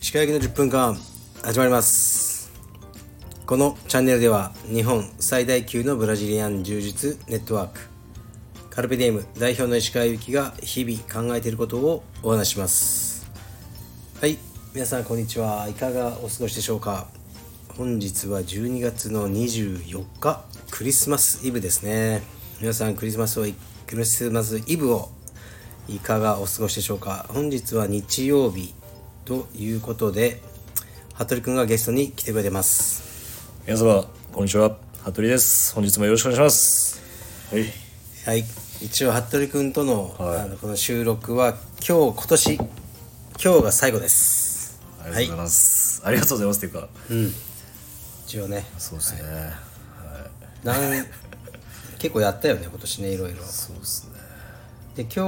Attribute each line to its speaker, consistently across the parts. Speaker 1: 石川焼きの10分間始まりますこのチャンネルでは日本最大級のブラジリアン柔術ネットワークカルペディエム代表の石川由紀が日々考えていることをお話ししますはい皆さんこんにちはいかがお過ごしでしょうか本日は12月の24日クリスマスイブですね皆さんクリスマスをクリスマスイブをいかがお過ごしでしょうか本日は日曜日ということで服部くんがゲストに来てくれてます
Speaker 2: 皆様こんにちは服部です本日もよろしくお願いしますはい
Speaker 1: はい一応服部くんとの,、
Speaker 2: はい
Speaker 1: あのこの収録は今日今年今日が最後です
Speaker 2: ありがとうございます、ありがとうございますっていうか
Speaker 1: 一応ね
Speaker 2: そうですね、
Speaker 1: なん結構やったよね今年ねいろいろ
Speaker 2: そうですね
Speaker 1: で今日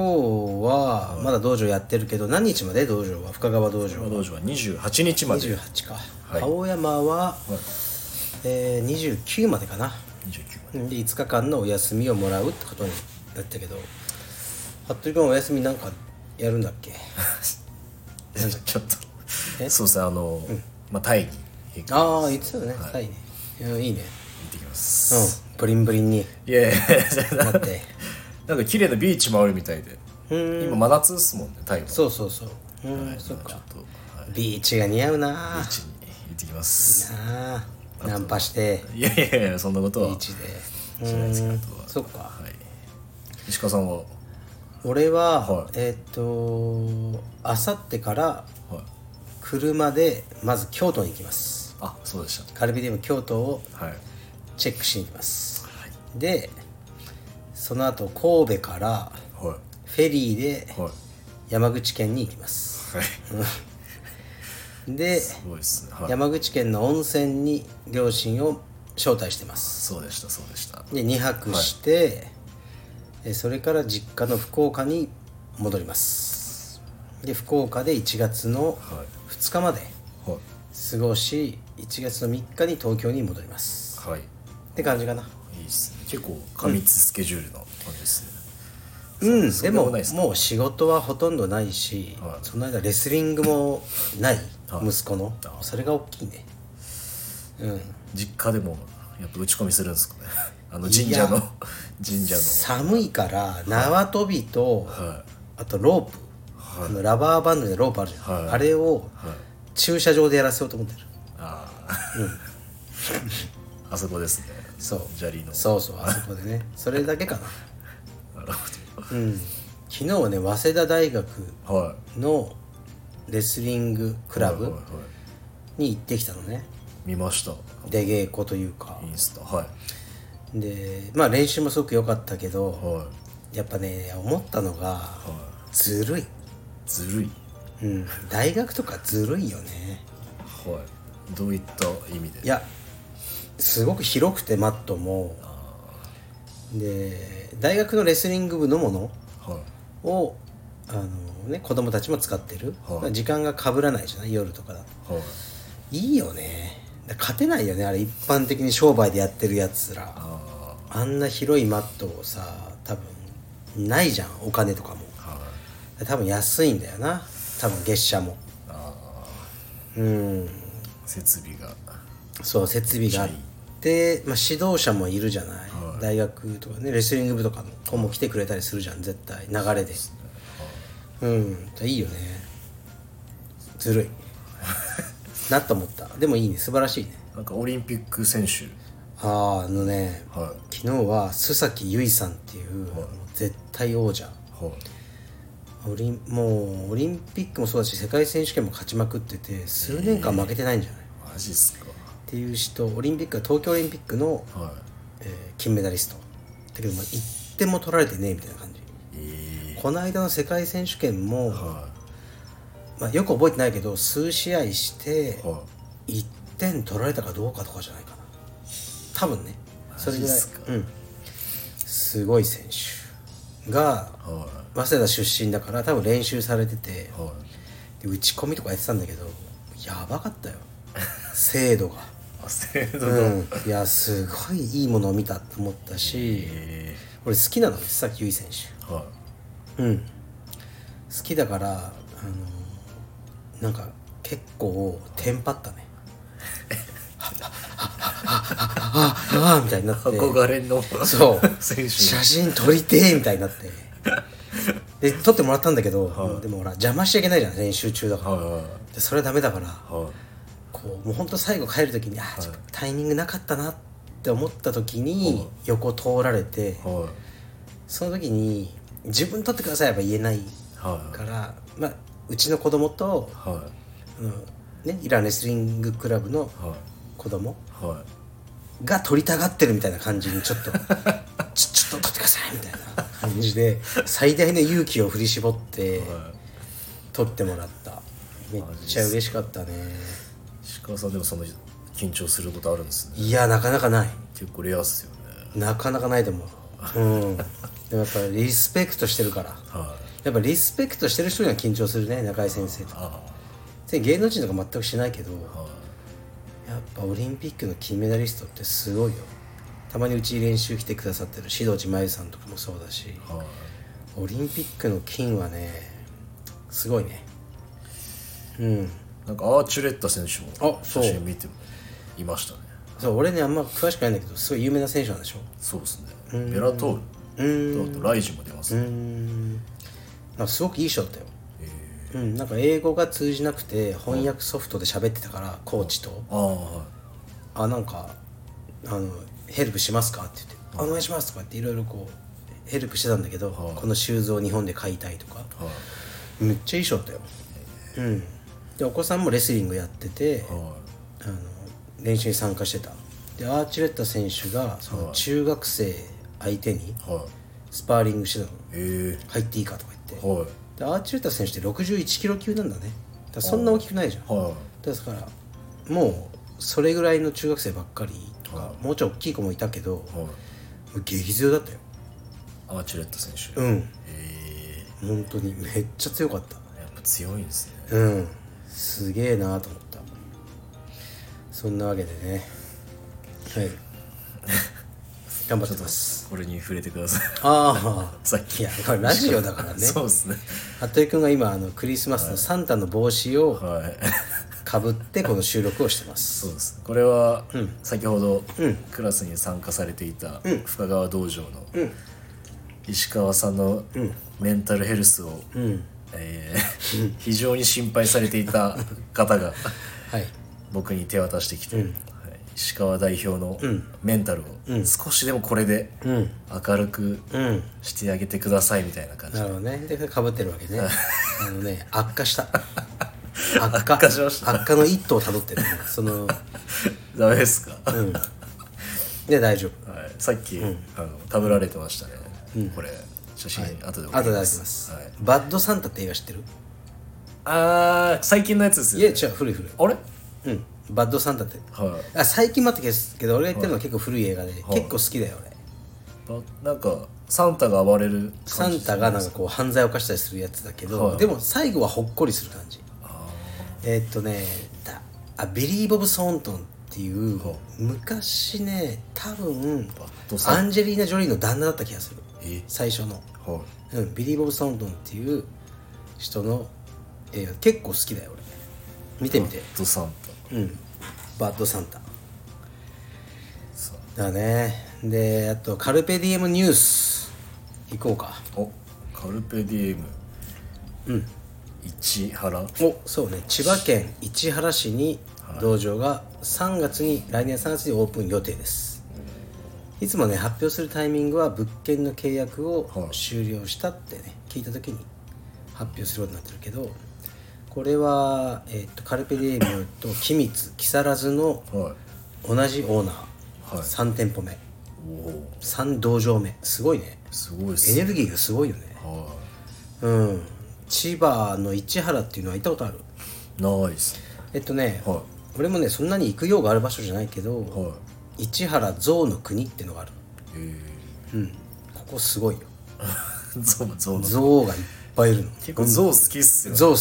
Speaker 1: はまだ道場やってるけど何日まで道場は深川道場
Speaker 2: 道場は28日まで
Speaker 1: 28か、
Speaker 2: はい
Speaker 1: 青山は、えー、29までかな
Speaker 2: 29ま
Speaker 1: で
Speaker 2: で
Speaker 1: 5日間のお休みをもらうってことになったけど服部君お休みなんかやるんだっ け
Speaker 2: ちょっ
Speaker 1: え
Speaker 2: と そうですねあの、まあタイに行って
Speaker 1: ああ言ってたよね、はい、ねうんいいね
Speaker 2: きま
Speaker 1: う
Speaker 2: す、
Speaker 1: んブリンブリンに
Speaker 2: いやいやいや
Speaker 1: な って
Speaker 2: なんか綺麗なビーチもあるみたいで今真夏っすもんねタイは
Speaker 1: そうそうそううん、そっ
Speaker 2: ちょ
Speaker 1: か
Speaker 2: っとはい
Speaker 1: ビーチが似合うな
Speaker 2: ビ
Speaker 1: あ
Speaker 2: ーチに行ってきます
Speaker 1: なあナンパして
Speaker 2: いやいやいやそんなこと
Speaker 1: ビ
Speaker 2: は
Speaker 1: ーチで
Speaker 2: しないですけどあとは
Speaker 1: そっか
Speaker 2: はい石川さんは
Speaker 1: 俺は、
Speaker 2: はい
Speaker 1: えーっとあさってから
Speaker 2: はい
Speaker 1: 車でまず京都に行きます
Speaker 2: あそうでし
Speaker 1: カルビディウム京都を
Speaker 2: たはい、はい、
Speaker 1: チェックしに行きますでその後神戸から
Speaker 2: はい
Speaker 1: フェリーで
Speaker 2: はい
Speaker 1: 山口県に行きます
Speaker 2: はい
Speaker 1: です
Speaker 2: ごいですねはい
Speaker 1: 山口県の温泉に両親を招待してます
Speaker 2: そうでしたそうでした
Speaker 1: で2泊して、えそれから実家の福岡に戻りますで福岡で1月の
Speaker 2: はい
Speaker 1: 2日まで
Speaker 2: は
Speaker 1: 過ごし1月の3日に東京に戻ります
Speaker 2: いはい
Speaker 1: って感じかない
Speaker 2: いですね結構過密スケジュールの感じですね、
Speaker 1: うん
Speaker 2: そ
Speaker 1: で
Speaker 2: んなこ
Speaker 1: も
Speaker 2: とないですか
Speaker 1: もう仕事はほとんどないし、
Speaker 2: はい
Speaker 1: その間レスリングもない、
Speaker 2: はい
Speaker 1: 息子の
Speaker 2: あ
Speaker 1: それが大きいねうん
Speaker 2: 実家でもやっぱ打ち込みするんですかねあの神社の
Speaker 1: い
Speaker 2: 神社
Speaker 1: 寒いから縄跳びと、
Speaker 2: のは
Speaker 1: あとロープ、あのラバーバンドでロープあるじゃん、
Speaker 2: はい
Speaker 1: あれを
Speaker 2: いはい
Speaker 1: 駐車場でやらせようと思ってる
Speaker 2: ああ、 あそこですね
Speaker 1: そう
Speaker 2: 砂利の
Speaker 1: そうそうあそこでねそれだけかな
Speaker 2: なるほ
Speaker 1: うん昨日はね早稲田大学
Speaker 2: どはい
Speaker 1: のレスリングクラ
Speaker 2: はい
Speaker 1: ブ
Speaker 2: はいはい
Speaker 1: に行ってきたのね
Speaker 2: 見ました
Speaker 1: 出稽古というか
Speaker 2: インスタはい
Speaker 1: でまあ練習もすごく良かったけど
Speaker 2: はい
Speaker 1: やっぱね思ったのが
Speaker 2: は
Speaker 1: ずるい、
Speaker 2: いずるい
Speaker 1: うん、大学とかずるいよね
Speaker 2: はいどういった意味で
Speaker 1: いやすごく広くてマットもで大学のレスリング部のもの
Speaker 2: はい
Speaker 1: をあの、ね、子供たちも使ってる、
Speaker 2: はい
Speaker 1: まあ時間がかぶらないじゃない夜とかだと
Speaker 2: はい
Speaker 1: いいよねだ勝てないよねあれ一般的に商売でやってるやつら
Speaker 2: あ
Speaker 1: あんな広いマットをさ多分ないじゃんお金とかも
Speaker 2: あはい
Speaker 1: 多分安いんだよな多分月謝も
Speaker 2: あ
Speaker 1: うん
Speaker 2: あ設備が
Speaker 1: そう設備があって、まあ、指導者もいるじゃない、大学とかねレスリング部とかの子も来てくれたりするじゃん絶対流れでうんいいよねず るいなと思ったでもいいね素晴らしいね
Speaker 2: なんかオリンピック選手
Speaker 1: あーあのね
Speaker 2: は
Speaker 1: 昨日は須崎優衣さんっていう、もう絶対王者
Speaker 2: いはい
Speaker 1: オリンもうオリンピックもそうだし世界選手権も勝ちまくってて数年間負けてないんじゃない、
Speaker 2: マジっすか
Speaker 1: っていう人オリンピックは東京オリンピックの
Speaker 2: は
Speaker 1: えー金メダリストだけども1点も取られてねえみたいな感じ
Speaker 2: いえ
Speaker 1: この間の世界選手権も、
Speaker 2: えは
Speaker 1: まあ、よく覚えてないけど数試合して
Speaker 2: いは
Speaker 1: 1点取られたかどうかとかじゃないかな多分ねそれぐら
Speaker 2: マ
Speaker 1: い
Speaker 2: ジっすか
Speaker 1: うん、すごい選手が
Speaker 2: いは
Speaker 1: 早稲田出身だから多分練習されてて
Speaker 2: いはい
Speaker 1: で打ち込みとかやってたんだけどやばか ったよ精度が
Speaker 2: あ制度
Speaker 1: う
Speaker 2: が、
Speaker 1: んいやすごいいいものを見たと思ったし
Speaker 2: え
Speaker 1: 俺好きなの須崎優衣選手
Speaker 2: えはい
Speaker 1: うん、好きだからあのなんか結構テンパったねあああみたいになって
Speaker 2: 憧れの
Speaker 1: そう
Speaker 2: 選手
Speaker 1: 写真撮りてえみたいになってで撮ってもらったんだけど、でもほら邪魔しちゃいけないじゃん練習中だから、
Speaker 2: はいはい
Speaker 1: でそれはダメだから
Speaker 2: は
Speaker 1: こうもうほんと最後帰る時にあーちょっとタイミングなかったなって思った時に横通られて、
Speaker 2: いはい
Speaker 1: その時に自分撮ってくださいは言えないから、まあ、うちの子供と、
Speaker 2: はい
Speaker 1: あのね、イランレスリングクラブの
Speaker 2: は
Speaker 1: 子供
Speaker 2: いは
Speaker 1: が撮りたがってるみたいな感じにちょっと ちちょっと撮ってくださいみたいな感じで最大の勇気を振り絞って
Speaker 2: いは
Speaker 1: 撮ってもらっためっちゃ嬉しかったね
Speaker 2: い鹿さんでもその緊張することあるんですね
Speaker 1: いやなかなかない
Speaker 2: 結構レアっすよね
Speaker 1: なかなかないと思ううんでもやっぱりリスペクトしてるから
Speaker 2: はい
Speaker 1: やっぱリスペクトしてる人には緊張するね中井先生とか
Speaker 2: あ
Speaker 1: で芸能人とか全くしないけど
Speaker 2: あはい
Speaker 1: やっぱオリンピックの金メダリストってすごいよたまにうちに練習来てくださってる志堂地真由さんとかもそうだし
Speaker 2: はい
Speaker 1: オリンピックの金はねすごいねうん
Speaker 2: なんかアーチュレッタ選手も
Speaker 1: あそ
Speaker 2: 写
Speaker 1: う
Speaker 2: 真見てもいましたね
Speaker 1: そう俺ねあんま詳しくないんだけどすごい有名な選手なんでしょ
Speaker 2: そうですねベラトールとあとライジも出ます
Speaker 1: う
Speaker 2: ね
Speaker 1: ーんなんかすごくいい人だったよ、うん、なんか英語が通じなくて翻訳ソフトで喋ってたからコーチと
Speaker 2: ああはい
Speaker 1: 「あなんかあのヘルプしますか?」って言って「あお願いします」とかっていろいろこうヘルプしてたんだけど、このシューズを日本で買いたいとか、
Speaker 2: はい
Speaker 1: めっちゃいい人だったよ、うんでお子さんもレスリングやってて、
Speaker 2: は
Speaker 1: あの練習に参加してたでアーチレッタ選手がその中学生相手に
Speaker 2: いはい
Speaker 1: スパーリングしてたの
Speaker 2: え
Speaker 1: 入っていいかとか言っ
Speaker 2: え
Speaker 1: て
Speaker 2: はい
Speaker 1: でアーチレッタ選手って61キロ級なんだねだからそんな大きくないじゃん
Speaker 2: は
Speaker 1: ですからもうそれぐらいの中学生ばっかりとかもうちょい大きい子もいたけど
Speaker 2: いはい
Speaker 1: 激強だったよ
Speaker 2: アーチュレッタ選手
Speaker 1: うん
Speaker 2: え
Speaker 1: 本当にめっちゃ強かった
Speaker 2: えやっぱ強いんですね
Speaker 1: うんすげえなと思ったそんなわけでねはい 頑張ってます
Speaker 2: これに触れてください
Speaker 1: ああ
Speaker 2: さっき
Speaker 1: いやこれラジオだからね
Speaker 2: そうですね
Speaker 1: 服部君が今あのクリスマスのサンタの帽子を
Speaker 2: はい
Speaker 1: かぶってこの収録をしてます
Speaker 2: そうですねこれは先ほどクラスに参加されていた深川道場の石川さんのメンタルヘルスを、えー 非常に心配されていた方が
Speaker 1: はい
Speaker 2: 僕に手渡してきて、はい石川代表のメンタルを少しでもこれで明るく
Speaker 1: うん
Speaker 2: してあげてくださいみたいな感じ
Speaker 1: なるほどねでかぶってるわけねあのね悪化 した悪化
Speaker 2: 悪化しました
Speaker 1: 悪化の一途をたどってるその
Speaker 2: ダメですか、
Speaker 1: で大丈夫
Speaker 2: はい、さっき、あの食べられてましたね、これ写真、後で送
Speaker 1: あと
Speaker 2: り
Speaker 1: であげ
Speaker 2: ま
Speaker 1: ますす、
Speaker 2: はい
Speaker 1: バッドサンタって映画知ってる
Speaker 2: あー最近のやつです
Speaker 1: い
Speaker 2: よ
Speaker 1: や
Speaker 2: ね
Speaker 1: 違う古い古い
Speaker 2: あれ
Speaker 1: うんバッドサンタって、
Speaker 2: はい
Speaker 1: あ最近まってけど俺が言ってるのは結構古い映画で、結構好きだよ俺
Speaker 2: ばなんかサンタが暴れる
Speaker 1: サンタがなんかこう犯罪を犯したりするやつだけど、でも最後はほっこりする感じえーっとねだあビリー・ボブ・ソーントンっていう昔ね多分
Speaker 2: ドサン
Speaker 1: アンジェリーナ・ジョリーの旦那だった気がする
Speaker 2: え
Speaker 1: 最初の、
Speaker 2: はい
Speaker 1: うん、ビリー・ボブ・ソーントンっていう人の映画結構好きだよ俺見てみて
Speaker 2: ドサン
Speaker 1: うんバッド・サンタ
Speaker 2: タさ
Speaker 1: だねであとカルペディエムニュース行こうか
Speaker 2: おカルペディエムうん市原
Speaker 1: おそうね千葉県市原市に道場が3月に来年3月にオープン予定ですいつもね発表するタイミングは物件の契約を
Speaker 2: い
Speaker 1: 終了したってね聞いた時に発表するようになってるけどこれは、えっとカルペディエムと君津木更津の
Speaker 2: はい
Speaker 1: 同じオーナー、
Speaker 2: はい
Speaker 1: 3店舗目
Speaker 2: おお
Speaker 1: 3道場目すごいね
Speaker 2: すごいっ
Speaker 1: エ
Speaker 2: す
Speaker 1: ネ
Speaker 2: ね
Speaker 1: ルギーがすごいよね
Speaker 2: は
Speaker 1: うん千葉の市原っていうのは行ったことある
Speaker 2: いないっすね
Speaker 1: えっとね、
Speaker 2: は
Speaker 1: 俺もねそんなに行く用がある場所じゃないけど、
Speaker 2: はい
Speaker 1: 市原象の国ってのがある
Speaker 2: え
Speaker 1: のうんここすごいよ
Speaker 2: ー、 ゾウゾウ結
Speaker 1: 象がいっぱいいるの
Speaker 2: 構ゾウ好きっすよね
Speaker 1: 象好き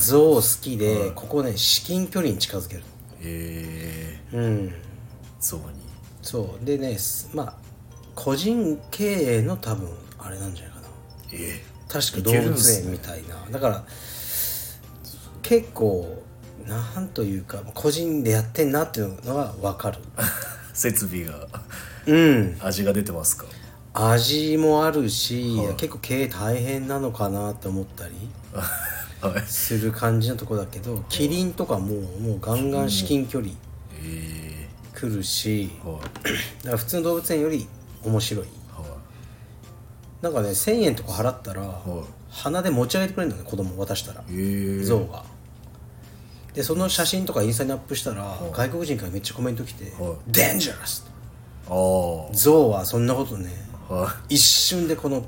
Speaker 1: 象 好きで、ここね至近距離に近づける
Speaker 2: えー、
Speaker 1: うん
Speaker 2: ゾウに
Speaker 1: そうでねすまあ個人経営の多分あれなんじゃないかな
Speaker 2: え
Speaker 1: 確か
Speaker 2: い
Speaker 1: 動
Speaker 2: けるん
Speaker 1: 物
Speaker 2: す
Speaker 1: 園みたいな、だから結構なんというか個人でやってんなっていうのが分かる
Speaker 2: 設備が
Speaker 1: うん
Speaker 2: 味が出てますか
Speaker 1: 味もあるし、結構経営大変なのかなって思ったり
Speaker 2: はい
Speaker 1: する感じのとこだけど、キリンとかももうガンガン至近距離
Speaker 2: え
Speaker 1: 来るし、
Speaker 2: ー、はい
Speaker 1: だから普通の動物園より面白い
Speaker 2: は
Speaker 1: なんかね1000円とか払ったら、
Speaker 2: いはい
Speaker 1: 鼻で持ち上げてくれるのね子供渡したら
Speaker 2: えー、
Speaker 1: 象がでその写真とかインスタにアップしたら外国人からめっちゃコメント来て
Speaker 2: は
Speaker 1: 「デンジャラス!」
Speaker 2: ああ
Speaker 1: 象はそんなことね
Speaker 2: はい
Speaker 1: 一瞬でこの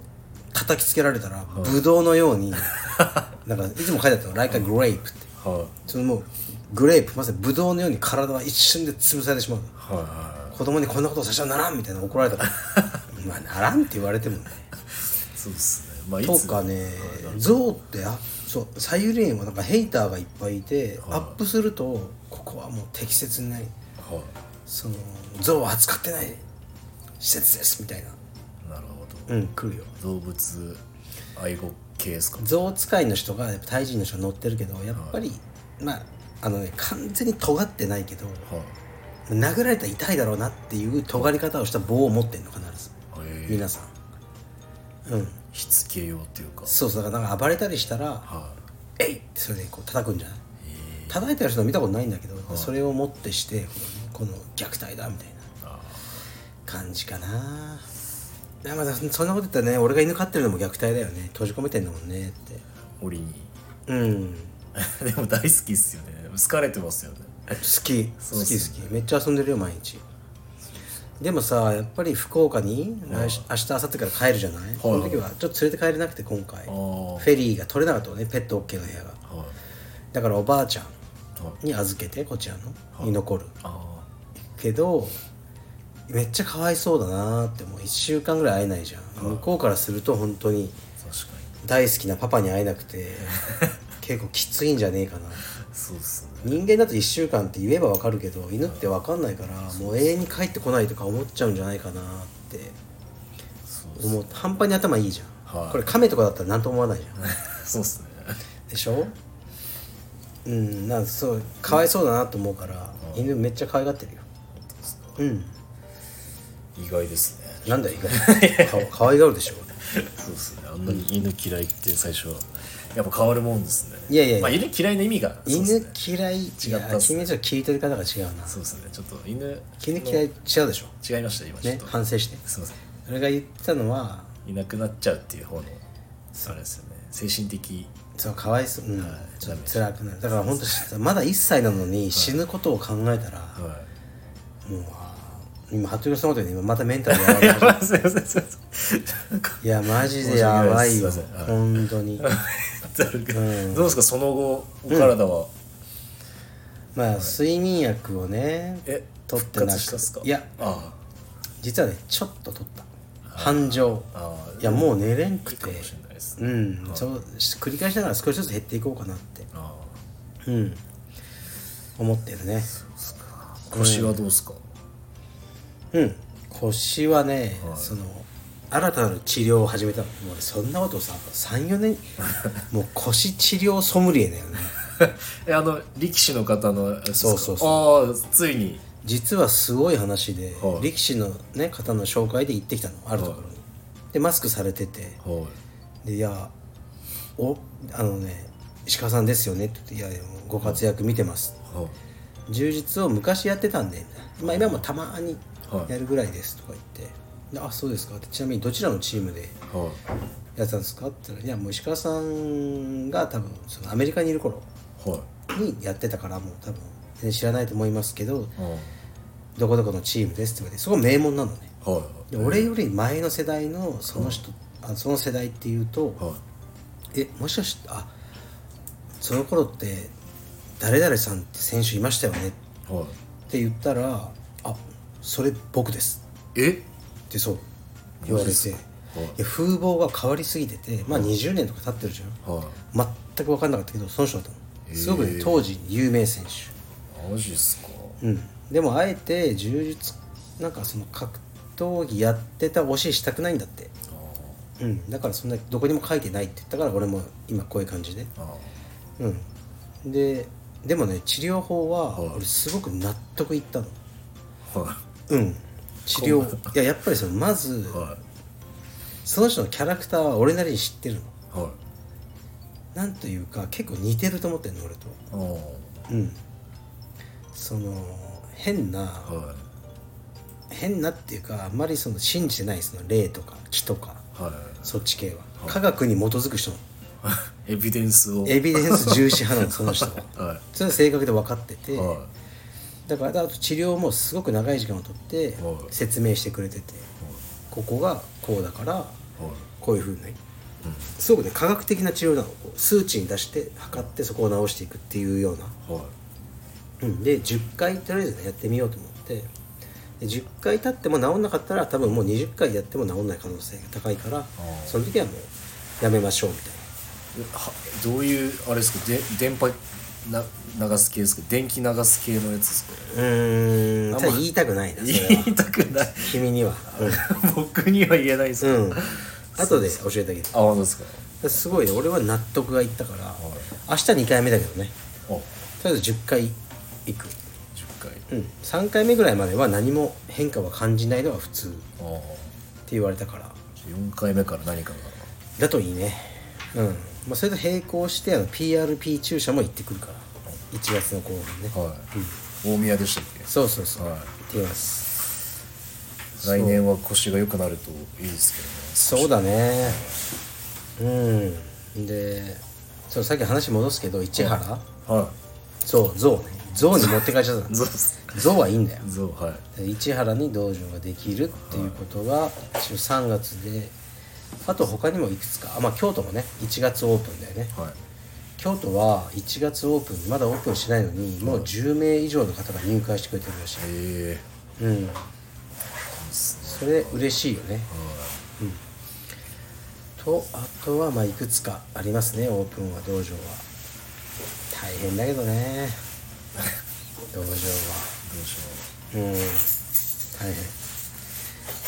Speaker 1: 叩きつけられたらブドウのようになんかいつも書いてあったの「like a grape」って
Speaker 2: はい
Speaker 1: そのもうグレープまさにブドウのように体は一瞬で潰されてしまうの
Speaker 2: はいは
Speaker 1: 子供にこんなことさせちゃならんみたいな怒られ たからまあならんって言われてもね
Speaker 2: いそうですねまあい
Speaker 1: と
Speaker 2: つ
Speaker 1: かね象ってあそう左右レーンはなんかヘイターがいっぱいいてアップするとここはもう適切にない
Speaker 2: はい
Speaker 1: その象を扱ってない施設ですみたいな
Speaker 2: なるほ
Speaker 1: うん来るよ
Speaker 2: ど動物愛護系ですか
Speaker 1: 象使いの人がやっぱタイ人の人が乗ってるけどやっぱり、まああのね完全に尖ってないけど
Speaker 2: はい
Speaker 1: 殴られたら痛いだろうなっていう尖り方をした棒を持ってんの必ず
Speaker 2: えー、
Speaker 1: 皆さんうん
Speaker 2: しつけ用っていうか
Speaker 1: そうそうだからなんか暴れたりしたら
Speaker 2: は
Speaker 1: 「えい!」ってそれでこう叩くんじゃない
Speaker 2: いえ
Speaker 1: 叩いてる人見たことないんだけど、それをもってしてこの,、虐待だみたいな
Speaker 2: ー、あ
Speaker 1: 感じかないやまだそそんなこと言ったらね俺が犬飼ってるのも虐待だよね閉じ込めてんだもんねって
Speaker 2: ー檻に
Speaker 1: うん
Speaker 2: でも大好きっすよね疲れてますよね
Speaker 1: 好き
Speaker 2: そう
Speaker 1: 好
Speaker 2: っ
Speaker 1: き
Speaker 2: す
Speaker 1: 好きめっちゃ遊んでるよ毎日でもさやっぱり福岡に来週明日明後日から帰るじゃない、その時はちょっと連れて帰れなくて今回
Speaker 2: あ
Speaker 1: フ
Speaker 2: あはい
Speaker 1: ェリーが取れなかったのねペット OK の部屋がだからおばあちゃん
Speaker 2: はい
Speaker 1: に預けてこちらのに残る
Speaker 2: あ
Speaker 1: けどめっちゃかわいそうだなーってもう1週間ぐらい会えないじゃん向こうからすると本当に
Speaker 2: あ確か
Speaker 1: 大好きなパパに会えなく て結構きついんじゃねえかな
Speaker 2: にそうっすね
Speaker 1: 人間だと1週間って言えばわかるけど犬ってわかんないからもう永遠に帰ってこないとか思っちゃうんじゃないかなって
Speaker 2: そう
Speaker 1: 思って半端に頭いいじゃん、
Speaker 2: はい
Speaker 1: これ亀とかだったら何とも思わないじゃん
Speaker 2: そうっすね
Speaker 1: でしょうんなんかそうかわいそうだなと思うから犬めっちゃ可愛がってるようん
Speaker 2: 意外ですね
Speaker 1: なんだよ意外と か可愛がるでしょ
Speaker 2: そうですねあんなに犬嫌いって最初やっぱ変わるもんですね
Speaker 1: いやいやいや
Speaker 2: まあ、犬嫌いの意味がそう
Speaker 1: 犬
Speaker 2: ですね
Speaker 1: 嫌い違
Speaker 2: った
Speaker 1: う
Speaker 2: っすね
Speaker 1: 君はちょっと聞いてる方が違うな
Speaker 2: そうですねちょっと犬
Speaker 1: 犬嫌い違うでしょ
Speaker 2: 違いました今ちょっ
Speaker 1: ね
Speaker 2: と、
Speaker 1: 反省して
Speaker 2: すいません
Speaker 1: 俺が言ってたのはい
Speaker 2: なくなっちゃうっていう方のあれですよね精神的
Speaker 1: そうかわいそう、うん
Speaker 2: はい
Speaker 1: ちょっと辛くなるだから本当まだ1歳なのに死ぬことを考えたら、
Speaker 2: は
Speaker 1: もうあー今服部さんのことで今またメンタルやばい
Speaker 2: いや ばいすいませんすいませんなんか
Speaker 1: いやマジでやばいよ
Speaker 2: 申し訳ないですすいません
Speaker 1: 本当に
Speaker 2: どうですかその後お体は、
Speaker 1: まあ睡眠薬をね
Speaker 2: え
Speaker 1: 取って
Speaker 2: 復
Speaker 1: な
Speaker 2: 活したっすか
Speaker 1: くいや
Speaker 2: あ
Speaker 1: 実はねちょっと取った半錠
Speaker 2: あああ
Speaker 1: いやもう寝れんくて
Speaker 2: かもしれないですね
Speaker 1: うんそうし繰り返しながら少しずつ減っていこうかなって
Speaker 2: あ
Speaker 1: うん思ってるね
Speaker 2: あそうっすか腰はどうですか、
Speaker 1: うん腰はね、
Speaker 2: はい
Speaker 1: その新たなる治療を始めたのもう俺そんなことをさ34年 もう腰治療ソムリエだよね
Speaker 2: えあの力士の方のあれですか
Speaker 1: そうそうそ
Speaker 2: ああついに
Speaker 1: 実はすごい話で、
Speaker 2: はい
Speaker 1: 力士の、ね、方の紹介で行ってきたのあるところに、でマスクされてて
Speaker 2: は
Speaker 1: でいやおあのね石川さんですよねって言って「いやいやもうご活躍見てます」
Speaker 2: いはい
Speaker 1: 充実を昔やってたんで、まあ、今もたまにやるぐらいですとか言って、であそうですかってちなみにどちらのチームで
Speaker 2: はい
Speaker 1: やってたんですかって言ったらいやもう石川さんが多分そのアメリカにいる頃
Speaker 2: はい
Speaker 1: にやってたからもう多分全然知らないと思いますけど
Speaker 2: はい
Speaker 1: どこどこのチームですって言われてそこ名門なのね
Speaker 2: はい
Speaker 1: で俺より前の世代のその人、あその世代っていうと、
Speaker 2: はい
Speaker 1: えもしかしてあその頃って誰々さんって選手いましたよね
Speaker 2: はい
Speaker 1: って言ったら「あそれ僕です
Speaker 2: え」
Speaker 1: ってそう言われ
Speaker 2: マジ
Speaker 1: て、
Speaker 2: っはい
Speaker 1: いや風貌が変わりすぎててまあ20年とか経ってるじ
Speaker 2: は
Speaker 1: ゃん全く分かんなかったけどその人だったのすごく、
Speaker 2: へ
Speaker 1: ね、
Speaker 2: え
Speaker 1: 当時有名選手
Speaker 2: いマジっすか
Speaker 1: うんでもあえて柔術なんかその格闘技やってた推ししたくないんだって
Speaker 2: あ
Speaker 1: うんだからそんなどこにも書いてないって言ったから俺も今こういう感じで
Speaker 2: あああ
Speaker 1: うんででもね治療法は
Speaker 2: はい
Speaker 1: 俺すごく納得いったの
Speaker 2: は
Speaker 1: うん治療いややっぱりそのまず
Speaker 2: いは
Speaker 1: その人のキャラクターは俺なりに知ってるの
Speaker 2: いはい
Speaker 1: なんというか結構似てると思ってんの俺と
Speaker 2: あ
Speaker 1: うんその変な
Speaker 2: あはい
Speaker 1: 変なっていうかあんまりその信じてないその霊とか気とか
Speaker 2: は
Speaker 1: そっち系は科学に基づく人なの
Speaker 2: いエビデンスを
Speaker 1: エビデンス重視派なのその人は
Speaker 2: は
Speaker 1: それは正確で分かってて
Speaker 2: いは
Speaker 1: だからあと治療もすごく長い時間をとって
Speaker 2: はい
Speaker 1: 説明してくれててここがこうだから
Speaker 2: いはい
Speaker 1: こういうふうにねすごくね科学的な治療なのこう数値に出して測ってそこを直していくっていうような
Speaker 2: はい
Speaker 1: うん、で10回とりあえずねやってみようと思ってで10回経っても治んなかったら多分もう20回やっても治んない可能性が高いから
Speaker 2: ー
Speaker 1: その時はもうやめましょうみたい
Speaker 2: えはどういうあれですかで電波な流す系ですか電気流す系のやつですか
Speaker 1: なうーん
Speaker 2: あ
Speaker 1: ただ
Speaker 2: まあ
Speaker 1: 言いたくないなそれ
Speaker 2: 言
Speaker 1: はい
Speaker 2: たくない
Speaker 1: 君には
Speaker 2: 僕には言えないです
Speaker 1: う
Speaker 2: けど
Speaker 1: ん、うん、後で教えてあげる
Speaker 2: あ本当ですか
Speaker 1: すごいね俺は納得がいったから明日2回目だけどね
Speaker 2: あ
Speaker 1: とりあえず10回いく、
Speaker 2: 10回
Speaker 1: うん、3回目ぐらいまでは何も変化は感じないのが普通って
Speaker 2: ああ
Speaker 1: 言われたから
Speaker 2: 4回目から何かが
Speaker 1: だといいねうん、まあ、それと並行してあの PRP 注射も行ってくるから1月の後半ね
Speaker 2: はい、大宮でしたっ
Speaker 1: そうそうそう、
Speaker 2: はい
Speaker 1: 行ってきます
Speaker 2: け来年は腰が良くなるといいです
Speaker 1: そうだねうんでそうさっき話戻すけど市原、
Speaker 2: けどねは
Speaker 1: そう象ね象に持って帰っちゃったの
Speaker 2: い ゾウです
Speaker 1: 象はいいんだよ
Speaker 2: ゾウはい
Speaker 1: で市原に道場ができるっていうことが一応3月であと他にもいくつかあまあ京都もね1月オープンだよね
Speaker 2: はい
Speaker 1: 京都は1月オープンまだオープンしないのにもう10名以上の方が入会してくれてるらしい
Speaker 2: え
Speaker 1: うん
Speaker 2: えいいっすね
Speaker 1: それ嬉しいよねとあとはまあいくつかありますねオープンは道場は大変だけどね 道場は
Speaker 2: どうしよ
Speaker 1: うん大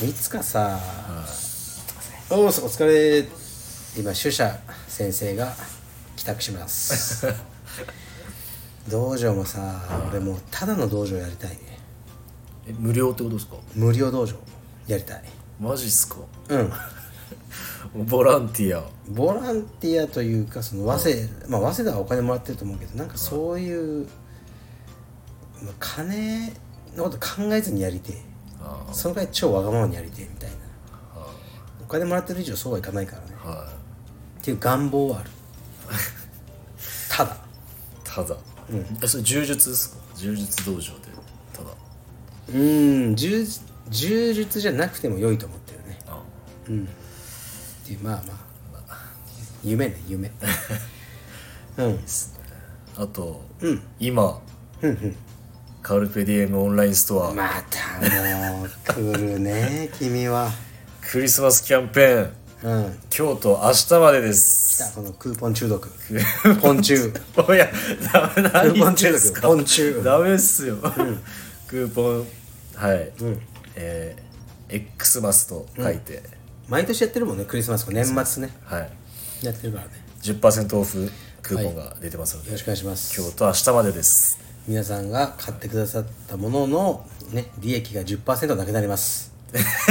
Speaker 1: 変いつかさおお疲れ今主者先生が帰宅します道場もさ俺もうただの道場やりたいね
Speaker 2: うえ無料ってことですか
Speaker 1: 無料道場やりたい
Speaker 2: マジっすか
Speaker 1: うん
Speaker 2: ボランティア
Speaker 1: ボランティアというかその早稲,、まあ、早稲田はお金もらってると思うけどなんかそういう、まあ金のこと考えずにやりてえ
Speaker 2: あ
Speaker 1: そのぐらい超わがままにやりてえみたいなお金もらってる以上そうはいかないからね
Speaker 2: あは
Speaker 1: っていう願望はある ただ
Speaker 2: いただ、えそれ柔術ですか柔術道場でただ
Speaker 1: うーん柔術柔術じゃなくても良いと思ってるね
Speaker 2: あ
Speaker 1: うんっていうまあまあ夢ね 夢うん
Speaker 2: あと、今、カルペディエムオンラインストア、
Speaker 1: またもう来る ね君は
Speaker 2: クリスマスキャンペーン
Speaker 1: うん
Speaker 2: 今日と明日までです
Speaker 1: 来たこのクーポン中毒 ポン中
Speaker 2: おやダメ何言ってんすか
Speaker 1: クーポン中毒
Speaker 2: ダメっすよ、 クーポンはい、えー、X マスと書いて、
Speaker 1: 毎年やってるもんねクリスマスこう年末ね
Speaker 2: はい
Speaker 1: やってるからね
Speaker 2: 10%オフクーポンが出てますので、
Speaker 1: よろしくお願いします
Speaker 2: 今日と明日までです
Speaker 1: 皆さんが買ってくださったものの、ね、利益が10%なくなります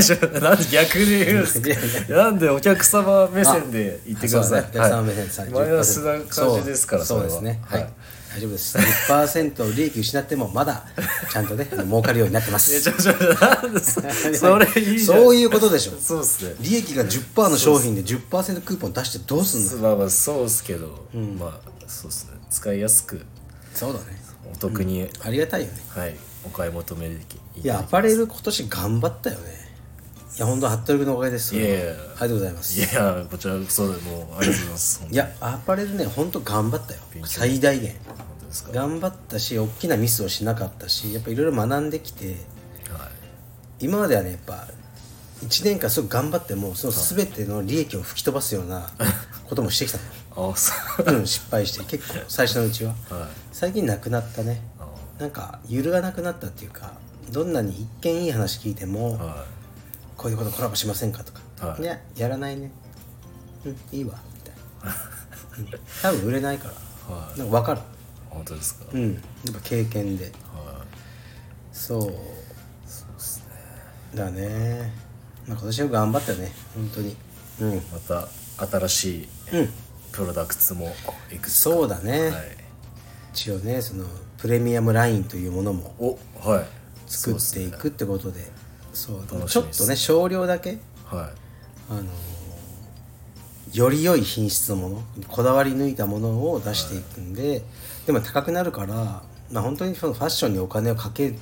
Speaker 2: ちょ なんで逆に言うんです
Speaker 1: いやい
Speaker 2: かなんでお客様目線で言ってください、
Speaker 1: あそうだねお客様目線でさ
Speaker 2: はい、マイナスな
Speaker 1: 10%
Speaker 2: 感じですから
Speaker 1: そうそうです
Speaker 2: れ
Speaker 1: ねはい、
Speaker 2: はい
Speaker 1: 大丈夫です10%利益失ってもまだちゃんとねあの儲かるようになってま
Speaker 2: いや
Speaker 1: す
Speaker 2: ちょちょなんでそそれいいじゃん
Speaker 1: そういうことでしょ
Speaker 2: そうっすね
Speaker 1: 利益が10%の商品で10%クーポン出してどうすんの
Speaker 2: まあまあそうっすけど、まあそうっすね使いやすく
Speaker 1: そうだね
Speaker 2: お得に、
Speaker 1: ありがたいよね
Speaker 2: はいお買い求めでき
Speaker 1: いやアパレル今年頑張ったよねいや本当服部君のおかげです
Speaker 2: いやいやいや
Speaker 1: ありがとうございます
Speaker 2: いやこちらそうだもうありがとうございます本
Speaker 1: いやアパレルね本当頑張ったよ最大限
Speaker 2: 当ですか
Speaker 1: 頑張ったし大きなミスをしなかったしやっぱいろいろ学んできて
Speaker 2: はい
Speaker 1: 今まではねやっぱ1年間すごく頑張ってもその全ての利益を吹き飛ばすようなこともしてきた
Speaker 2: あそう
Speaker 1: の、うん、失敗して結構最初のうちは、
Speaker 2: はい
Speaker 1: 最近なくなったね
Speaker 2: あ
Speaker 1: なんか揺るがなくなったっていうかどんなに一見いい話聞いても、
Speaker 2: は
Speaker 1: こういうことコラボしませんかとか、
Speaker 2: はい
Speaker 1: い、ややらないねうんいいわみたいなうん多分売れないから、なんか分かる
Speaker 2: い 本当ですか、
Speaker 1: うんやっぱ経験で
Speaker 2: は
Speaker 1: そうだね、まあ、今年は頑張ったね本当にうん
Speaker 2: いまた新しいプロダクツもいくつか
Speaker 1: そうだね、
Speaker 2: はい、
Speaker 1: 一応ねそのプレミアムラインというものも
Speaker 2: おはい
Speaker 1: 作っていくってことでそう
Speaker 2: 楽
Speaker 1: ち
Speaker 2: し
Speaker 1: ょ
Speaker 2: み
Speaker 1: っ
Speaker 2: です
Speaker 1: とね少量だけ
Speaker 2: は
Speaker 1: あのーより良い品質のものこだわり抜いたものを出していくんで、でも高くなるから、まあ、本当にそのファッションにお金をかけ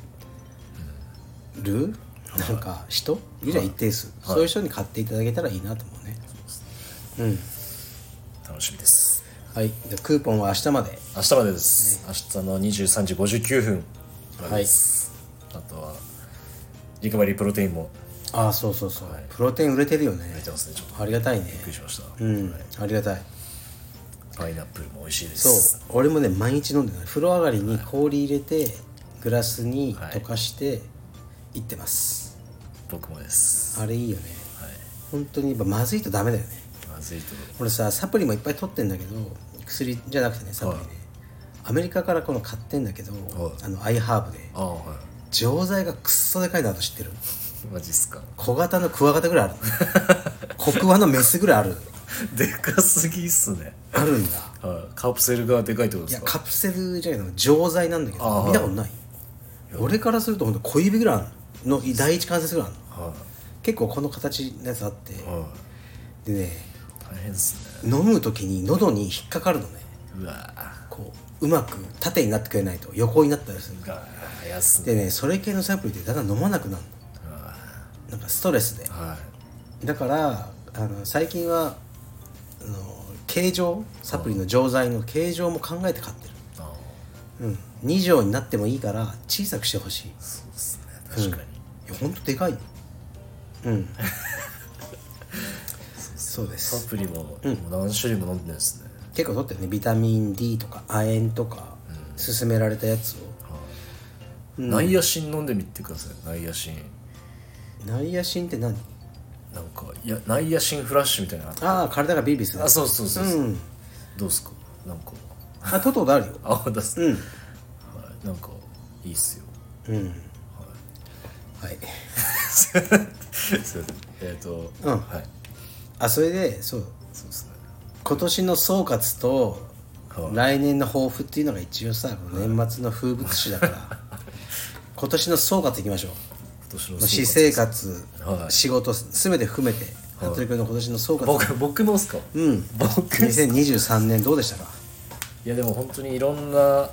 Speaker 1: る、なんか人いるじゃん一定数、そういう人に買っていただけたらいいなと思うねうん
Speaker 2: い楽しみです
Speaker 1: はいじゃあクーポンは明日まで
Speaker 2: 明日までです、明日の23時59分まで
Speaker 1: はい
Speaker 2: です、あとはリカバリープロテインも
Speaker 1: ああそうそうそう、プロテイン売れてるよね
Speaker 2: 出てますねちょっとびっ
Speaker 1: ありがたいね
Speaker 2: くりしました、
Speaker 1: うんありがたい
Speaker 2: パイナップルも美味しいで
Speaker 1: そ
Speaker 2: す
Speaker 1: う俺もね毎日飲んでない風呂上がりに氷入れてグラスに
Speaker 2: はい
Speaker 1: 溶かしていってます、
Speaker 2: 僕もです
Speaker 1: あれいいよね
Speaker 2: はい
Speaker 1: 本当にやっぱまずいとダメだよね
Speaker 2: まずいと
Speaker 1: 俺さサプリもいっぱい取ってんだけど薬じゃなくてねサプリね、
Speaker 2: はい
Speaker 1: アメリカからこの買ってんだけど、
Speaker 2: はい
Speaker 1: あのアイハーブで
Speaker 2: ああは
Speaker 1: 錠剤がくっそでかいのあと知ってる
Speaker 2: いマジっすか
Speaker 1: 小型のクワガタぐらいあるコクワのメスぐらいある
Speaker 2: でかすぎっすね
Speaker 1: あるんだ
Speaker 2: はいカプセルがでかいってこと
Speaker 1: い
Speaker 2: で
Speaker 1: や
Speaker 2: すか
Speaker 1: カプセルじゃないの錠剤なんだけ
Speaker 2: あ
Speaker 1: ど
Speaker 2: ー
Speaker 1: 見たことない俺からすると本当小指ぐらいあるの第一関節ぐらいあるの
Speaker 2: は
Speaker 1: 結構この形のやつあって
Speaker 2: いは
Speaker 1: でね
Speaker 2: い大変っすね
Speaker 1: 飲む時に喉に引っかかるのね
Speaker 2: うわぁ
Speaker 1: こううまく縦になってくれないと横になったりする
Speaker 2: うわぁ早っすね
Speaker 1: でねそれ系のサプリってだんだん飲まなくなる
Speaker 2: うわ
Speaker 1: のなんかストレスで
Speaker 2: ぁはい
Speaker 1: だからあの最近はあの形状サプリの錠剤の形状も考えて買ってる
Speaker 2: あ
Speaker 1: うん2錠になってもいいから小さくしてほしい
Speaker 2: ーそうっすね確かに、
Speaker 1: いやほんとでかいようんそうです
Speaker 2: サプリももう何種類も飲んでるんですね、
Speaker 1: 結構取ってるねビタミン D とか亜鉛とか勧められたやつを
Speaker 2: はいナイアシン飲んでみてくださいナイアシン
Speaker 1: ナイアシンって何
Speaker 2: なんかいやナイアシンフラッシュみたいなのあった
Speaker 1: ああ体がビリビリする
Speaker 2: あそうそうそうそう、
Speaker 1: うん
Speaker 2: どうっすかなんか
Speaker 1: あトトであるよ
Speaker 2: あ出す、
Speaker 1: うん
Speaker 2: はい、なんかいい っすよ
Speaker 1: うんはい
Speaker 2: すいませんえっ、と、
Speaker 1: うん
Speaker 2: はい
Speaker 1: あそれでそう
Speaker 2: そうっすね
Speaker 1: 今年の総括と
Speaker 2: はい
Speaker 1: 来年の抱負っていうのが一応さ年末の風物詩だから 今年の総括いきましょう
Speaker 2: 今年の
Speaker 1: 私生活、
Speaker 2: はい
Speaker 1: 仕事すべて含めて服部君の今年の総括、
Speaker 2: 僕僕のっすか
Speaker 1: うん
Speaker 2: 僕っす
Speaker 1: 2023年どうでしたか
Speaker 2: いやでも本当にいろんな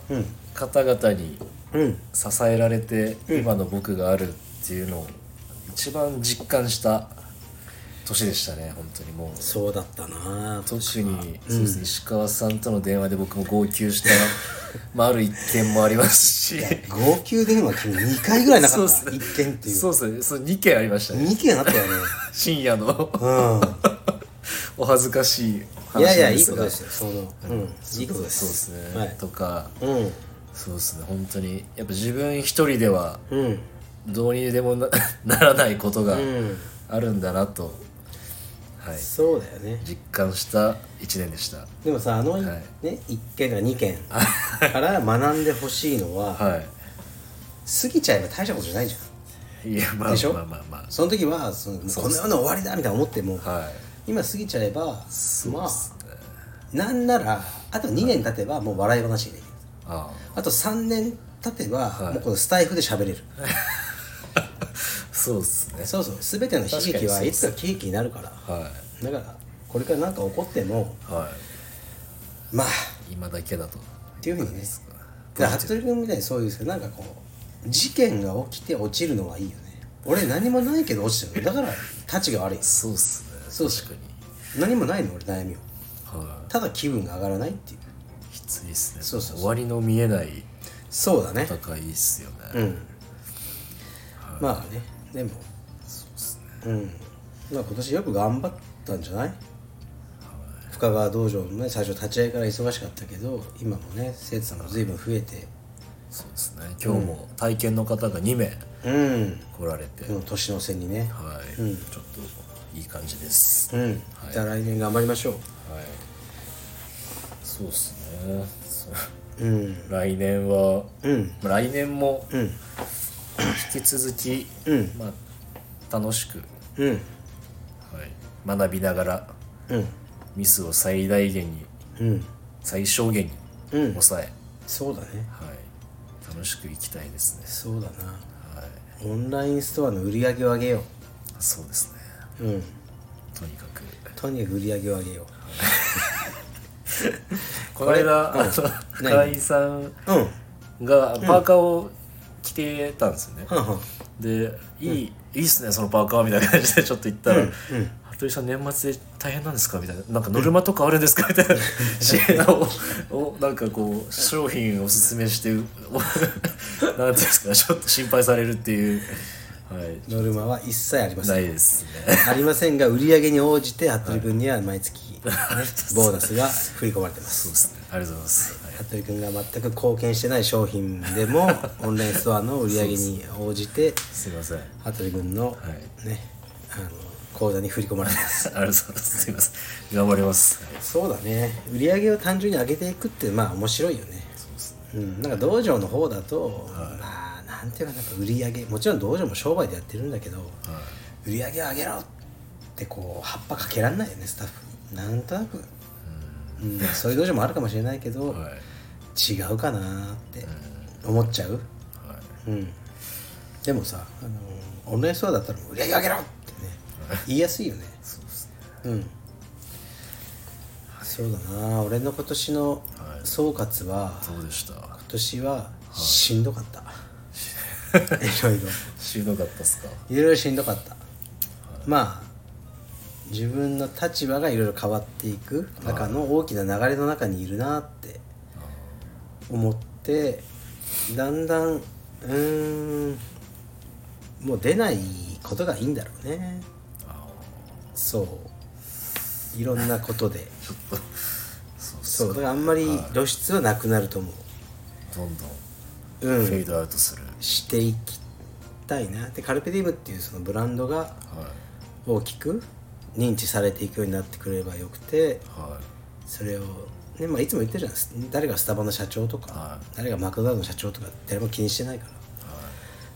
Speaker 2: 方々に
Speaker 1: うん
Speaker 2: 支えられて今の僕があるっていうのを一番実感した年でしたね本当にもう
Speaker 1: そうだったな
Speaker 2: 特に、そうですね石川さんとの電話で僕も号泣 した、まあ、ある一件もありますし
Speaker 1: 号泣電話君2回ぐらいなか
Speaker 2: そう
Speaker 1: っ
Speaker 2: ったすね
Speaker 1: 1件っていう
Speaker 2: そうですねそう2件ありましたね
Speaker 1: 2件あったよね
Speaker 2: 深夜の
Speaker 1: う
Speaker 2: お恥ずかしい
Speaker 1: んいや
Speaker 2: 話
Speaker 1: いや
Speaker 2: なん
Speaker 1: い
Speaker 2: で
Speaker 1: い
Speaker 2: す
Speaker 1: こ
Speaker 2: が
Speaker 1: とですよそのうんいいことです
Speaker 2: そうですね、
Speaker 1: はい
Speaker 2: とか
Speaker 1: うん
Speaker 2: そうですね本当にやっぱ自分一人では
Speaker 1: うん
Speaker 2: どうにでもなならないことが
Speaker 1: ん
Speaker 2: あるんだなと、はい、
Speaker 1: そうだよね
Speaker 2: 実感した1年でした
Speaker 1: でもさあの、
Speaker 2: はい
Speaker 1: ね1件とか2件から学んでほしいのは、
Speaker 2: は
Speaker 1: 過ぎちゃえば大したことじゃないじゃん
Speaker 2: いいやまあ
Speaker 1: でしょ
Speaker 2: まあまあま
Speaker 1: その時はそのもうこの世の終わりだみたいな思っても
Speaker 2: あはい
Speaker 1: 今過ぎちゃえば
Speaker 2: そう
Speaker 1: ま
Speaker 2: っ
Speaker 1: あ
Speaker 2: すね
Speaker 1: なんならあと2年経てばもう笑い話にできる
Speaker 2: あ
Speaker 1: あと3年経てば、
Speaker 2: はい
Speaker 1: もうこのスタイフで喋れる、
Speaker 2: あそうですね
Speaker 1: そうそう全ての悲劇はいつか喜劇になるから
Speaker 2: は
Speaker 1: だからこれから何か起こっても
Speaker 2: いは
Speaker 1: まあ
Speaker 2: い今だけだと
Speaker 1: っていうふうにね
Speaker 2: ポ
Speaker 1: だ
Speaker 2: ジ
Speaker 1: から
Speaker 2: ティ
Speaker 1: 服部君みたいにそういうさなんかこう事件が起きて落ちるのはいいよね俺何もないけど落ちてるだからたちが悪い
Speaker 2: ブそうっすね
Speaker 1: そう
Speaker 2: 確かに
Speaker 1: 何もないの俺悩みは
Speaker 2: は
Speaker 1: ただ気分が上がらないっていう
Speaker 2: いきついっすね
Speaker 1: そうそうそう
Speaker 2: 終わりの見えない
Speaker 1: そうだね
Speaker 2: 戦いっすよね、
Speaker 1: うんまあねでも
Speaker 2: そうっす
Speaker 1: う
Speaker 2: ね
Speaker 1: んまあ今年よく頑張ったんじゃない深川道場のね最初立ち会いから忙しかったけど今もね生徒さんも随分増えて
Speaker 2: そうですね今日も体験の方が2名
Speaker 1: うん
Speaker 2: 来られて、
Speaker 1: この年の瀬にね
Speaker 2: はい、
Speaker 1: うん
Speaker 2: ちょっといい感じです、
Speaker 1: うん、
Speaker 2: はい
Speaker 1: じゃあ来年頑張りましょ
Speaker 2: はいそうっすねそう
Speaker 1: ううん
Speaker 2: 来年は、
Speaker 1: うん
Speaker 2: まあ来年も
Speaker 1: うん
Speaker 2: 引き続き、
Speaker 1: うん
Speaker 2: まあ、楽しく、
Speaker 1: うん
Speaker 2: はい、学びながら
Speaker 1: うん
Speaker 2: ミスを最大限に
Speaker 1: うん
Speaker 2: 最小限に
Speaker 1: うん
Speaker 2: 抑え、
Speaker 1: そうだね
Speaker 2: はい、楽しくいきたいですね、
Speaker 1: そうだな
Speaker 2: はい、
Speaker 1: オンラインストアの売り上げを上げよ
Speaker 2: そうですね
Speaker 1: ううん
Speaker 2: とにかく
Speaker 1: とにかく売り上げを上げよ
Speaker 2: この間
Speaker 1: うん
Speaker 2: あの深井さん
Speaker 1: ううん
Speaker 2: がパーカーを着てたんですよね、
Speaker 1: はんはん
Speaker 2: でいい、いいっすねそのパーカーみたいな感じでちょっと言ったら、
Speaker 1: うんうん
Speaker 2: 服部さん年末で大変なんですかみたいななんかノルマとかあるんですかみたいな支援ををなんかこう商品をおすすめしておなんですかちょっと心配されるっていうはい
Speaker 1: ノルマは一切ありません
Speaker 2: ないですね
Speaker 1: ありませんが売り上げに応じて服部君には毎月ボーナスが振り込まれてま
Speaker 2: そう
Speaker 1: す
Speaker 2: ですねありがとうございます、はい
Speaker 1: 服部君が全く貢献してない商品でもオンラインストアの売り上げに応じて
Speaker 2: すいませんあ
Speaker 1: 服部君のねあの口座に振り込まれてます
Speaker 2: りがとうございますすいません頑張ります、はい
Speaker 1: そうだね売り上げを単純に上げていくってまあ面白いよね
Speaker 2: そうです
Speaker 1: う
Speaker 2: ね
Speaker 1: ん、なんか道場の方だと、まあなんていうかなんか売り上げもちろん道場も商売でやってるんだけど、売り上げを上げろってこう葉っぱかけらんないよねスタッフなんとなく、うんそういう道場もあるかもしれないけど、
Speaker 2: はい、はい
Speaker 1: 違うかなーって思っちゃう、うん、でもさ、あのーオンラインストアだったらもう売り上げ上げろ ってね言いやすいよね
Speaker 2: そうですね
Speaker 1: うんそうだな俺の今年の
Speaker 2: はい
Speaker 1: 総括は、
Speaker 2: どうでした
Speaker 1: 今年はしんどかった、い、ろいろ
Speaker 2: しんどかったですか
Speaker 1: いろいろしんどかった、まあ自分の立場がいろいろ変わっていく中の大きな流れの中にいるなって思ってだんだんうーんもう出ないことがいいんだろうね
Speaker 2: あ
Speaker 1: そういろんなことで
Speaker 2: ーちょっとそうっ
Speaker 1: そ
Speaker 2: す
Speaker 1: うだ
Speaker 2: か
Speaker 1: からあんまり露出はなくなると思
Speaker 2: どんどん
Speaker 1: ううん
Speaker 2: フェードアウトする、
Speaker 1: していきたいなでカルペディウムっていうそのブランドが
Speaker 2: はい
Speaker 1: 大きく認知されていくようになってくれればよくて
Speaker 2: はい
Speaker 1: それを、ねまあ、いつも言ってるじゃん誰がスタバの社長とか、
Speaker 2: は
Speaker 1: 誰がマクドナルドの社長とか誰も気にしてないから
Speaker 2: は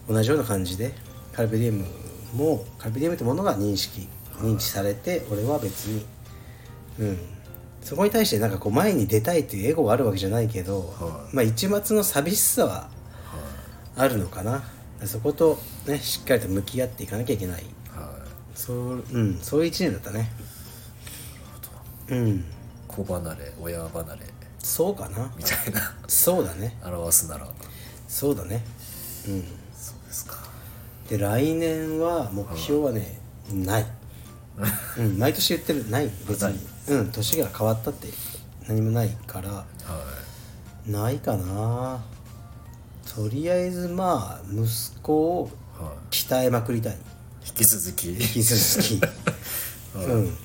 Speaker 1: 同じような感じでカルペディウムもカルペディウムってものが認識認知されて俺は別にうんそこに対してなんかこう前に出たいというエゴはあるわけじゃないけど、
Speaker 2: はい
Speaker 1: まあ一抹の寂しさはあるのかなそことねしっかりと向き合っていかなきゃいけない
Speaker 2: いはい
Speaker 1: そう,、うん、そういう一年だったねうん
Speaker 2: 子離れ親離れ
Speaker 1: そうかな
Speaker 2: みたいな
Speaker 1: そうだね
Speaker 2: 表すなら
Speaker 1: そうだねうん
Speaker 2: そうですか
Speaker 1: で来年は目標はねない、うん、毎年言ってるない別にうん年が変わったって何もないから
Speaker 2: は
Speaker 1: ないかなとりあえずまあ息子を
Speaker 2: いは
Speaker 1: 鍛えまくり たい
Speaker 2: い引き続き
Speaker 1: 引き続きうん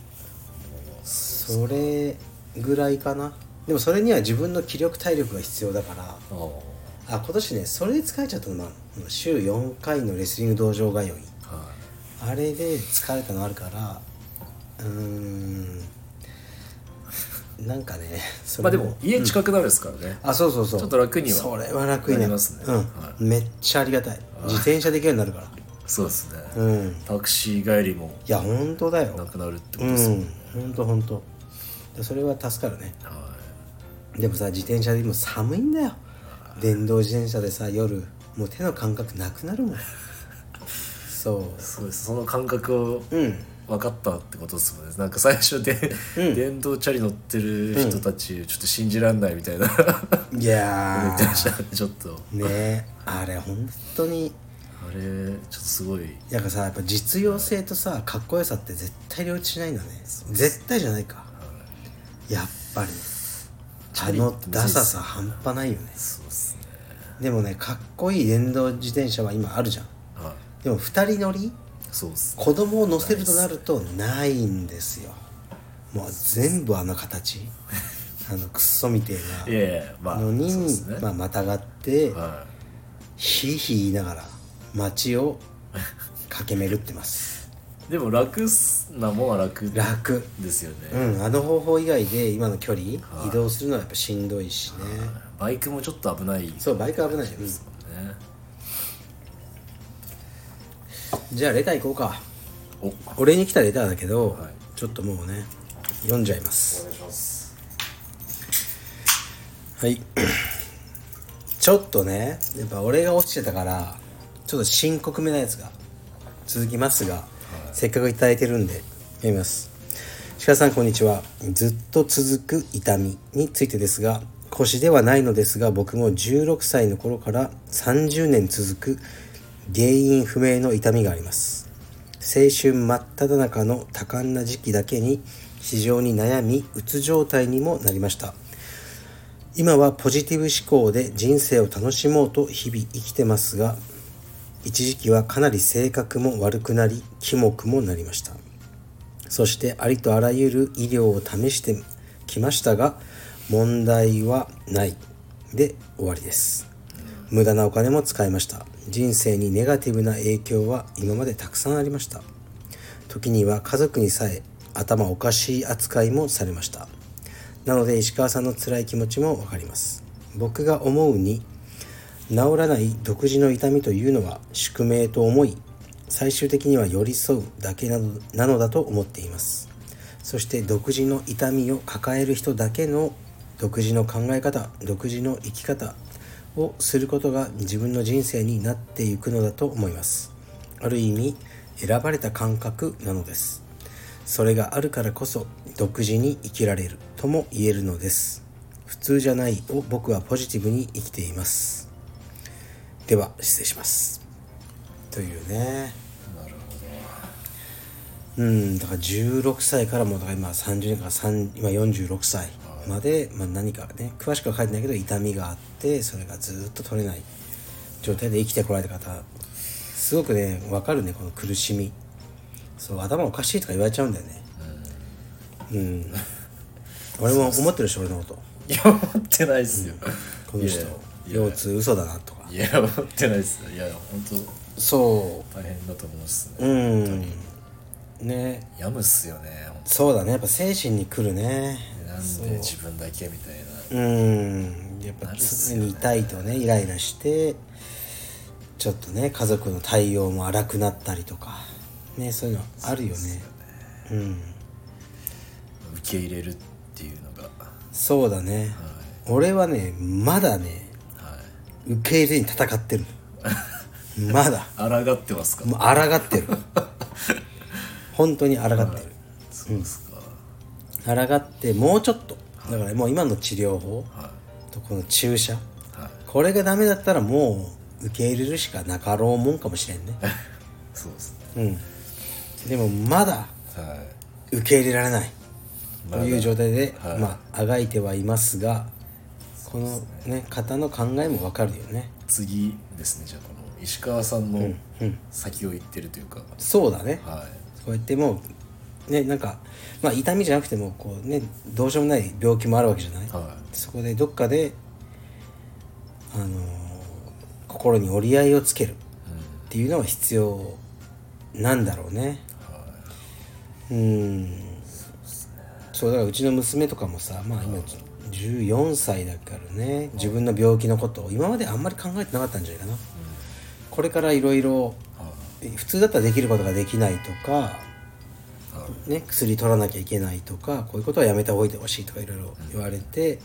Speaker 1: それぐらいかなでもそれには自分の気力体力が必要だから
Speaker 2: ああは
Speaker 1: あ今年ねそれで疲れちゃったのな週4回のレスリング道場通いあれで疲れたのあるからうーんなんかね
Speaker 2: い
Speaker 1: そ
Speaker 2: ま
Speaker 1: れ
Speaker 2: あでも家近くなるですからね、
Speaker 1: あそうそうそう
Speaker 2: ちょっと楽には
Speaker 1: それは楽に
Speaker 2: なりますね
Speaker 1: うん
Speaker 2: は
Speaker 1: めっちゃありがたい自転車できるようになるか
Speaker 2: そうですね、
Speaker 1: らうん
Speaker 2: タクシー帰りも
Speaker 1: いや本当だよ
Speaker 2: なくなるってこ
Speaker 1: う
Speaker 2: とですよね、
Speaker 1: ん本当本当でそれは助かるね
Speaker 2: は
Speaker 1: でもさ自転車でも寒いんだよ電動自転車でさ夜もう手の感覚なくなるもんそ
Speaker 2: いそうですその感覚を
Speaker 1: ううん
Speaker 2: 分かったってことですもんねなんか最初で、電動チャリ乗ってる人たちちょっと信じらんないみたいな、
Speaker 1: いや
Speaker 2: 思ってま
Speaker 1: ー
Speaker 2: したねちょっと
Speaker 1: ねえあれ本当に
Speaker 2: あれちょっとすごい
Speaker 1: やっぱさやっぱ実用性とさかっこよさって絶対両立しないんだね絶対じゃないかやっぱりあ
Speaker 2: リ
Speaker 1: のダサさ半端ないよね
Speaker 2: そうですね
Speaker 1: でもねかっこいい電動自転車は今あるじゃん
Speaker 2: はい
Speaker 1: でも2人乗り
Speaker 2: そうですね
Speaker 1: 子供を乗せるとなるとないんですよもう全部あの形 あのクソみて
Speaker 2: い
Speaker 1: え
Speaker 2: やいやま
Speaker 1: な
Speaker 2: あ
Speaker 1: のに、
Speaker 2: そうですね、
Speaker 1: まあ、またがって
Speaker 2: は
Speaker 1: ひいひい言いながら街を駆け巡ってます
Speaker 2: でも楽なもんは 楽
Speaker 1: 楽
Speaker 2: ですよね、
Speaker 1: うんあの方法以外で今の距離移動するのはやっぱしんどいしね
Speaker 2: バイクもちょっと危ないです
Speaker 1: そうバイク危ないよ、うん
Speaker 2: もんね
Speaker 1: じゃあレター行こうか
Speaker 2: おお
Speaker 1: 俺に来たレターだけど、
Speaker 2: はい
Speaker 1: ちょっともうね読んじゃいます
Speaker 2: 願いします
Speaker 1: はいちょっとねやっぱ俺が落ちてたからちょっと深刻めなやつが続きますが、せっかく頂いただいてるんで読みます鹿さんこんにちはずっと続く痛みについてですが腰ではないのですが僕も16歳の頃から30年続く原因不明の痛みがあります青春真っ只中の多感な時期だけに非常に悩みうつ状態にもなりました今はポジティブ思考で人生を楽しもうと日々生きてますが一時期はかなり性格も悪くなりキモくもなりましたそしてありとあらゆる医療を試してきましたが問題はないで終わりです無駄なお金も使いました人生にネガティブな影響は今までたくさんありました時には家族にさえ頭おかしい扱いもされましたなので石川さんの辛い気持ちもわかります僕が思うに治らない独自の痛みというのは宿命と思い最終的には寄り添うだけなのなのだと思っていますそして独自の痛みを抱える人だけの独自の考え方独自の生き方をすることが自分の人生になっていくのだと思いますある意味選ばれた感覚なのですそれがあるからこそ独自に生きられるとも言えるのです普通じゃないを僕はポジティブに生きていますでは失礼しますというね
Speaker 2: なる
Speaker 1: うんだから16歳からもうだから今30年から3今46歳まで、まあ、何かね詳しくは書いてないけど痛みがあってそれがずっと取れない状態で生きてこられた方すごくね分かるねこの苦しみそう頭おかしいとか言われちゃうんだよねうん、俺も思ってるし俺のこと
Speaker 2: ほどいや思ってないっすよ
Speaker 1: この人
Speaker 2: いや
Speaker 1: 腰痛嘘だなとか
Speaker 2: いや思ってないっすよいや本
Speaker 1: そ
Speaker 2: 当大変だと思うっす
Speaker 1: う
Speaker 2: ね
Speaker 1: うんね
Speaker 2: やむっすよね本
Speaker 1: そうだねやっぱ精神にくるね
Speaker 2: 当なんで自分だけみたいな
Speaker 1: うんやっぱ常に痛いとねイライラしてちょっとね家族の対応も荒くなったりとかねそういうのあるよねうん
Speaker 2: 受け入れるっていうのがはい
Speaker 1: そうだね、俺はねまだね受け入れに戦って るまだ
Speaker 2: はい抗ってますか
Speaker 1: もう抗ってる本当に抗ってる、
Speaker 2: そうですか
Speaker 1: 抗ってもうちょっとだからもう今の治療法とこの注射
Speaker 2: はい
Speaker 1: これがダメだったらもう受け入れるしかなかろうもんかもしれんね
Speaker 2: そうですね
Speaker 1: うんでもまだ
Speaker 2: はい
Speaker 1: 受け入れられないと
Speaker 2: まだ
Speaker 1: いう状態で、まああがいてはいますがこのね方の考えもわかるよね
Speaker 2: 次ですねじゃあこの石川さんの先を行ってるというか、
Speaker 1: そうだね
Speaker 2: はい
Speaker 1: こうやってもうねなんか、まあ、痛みじゃなくてもこうねどうしようもない病気もあるわけじゃない、
Speaker 2: は
Speaker 1: そこでどっかで、あのー心に折り合いをつけるっていうのは必要なんだろうね。うんそうだからうちの娘とかもさまあ今14歳だからね自分の病気のことを今まであんまり考えてなかったんじゃないかな。これからいろいろ普通だったらできることができないとか、ね、薬取らなきゃいけないとかこういうことはやめた方がいいほしいとかいろいろ言われて、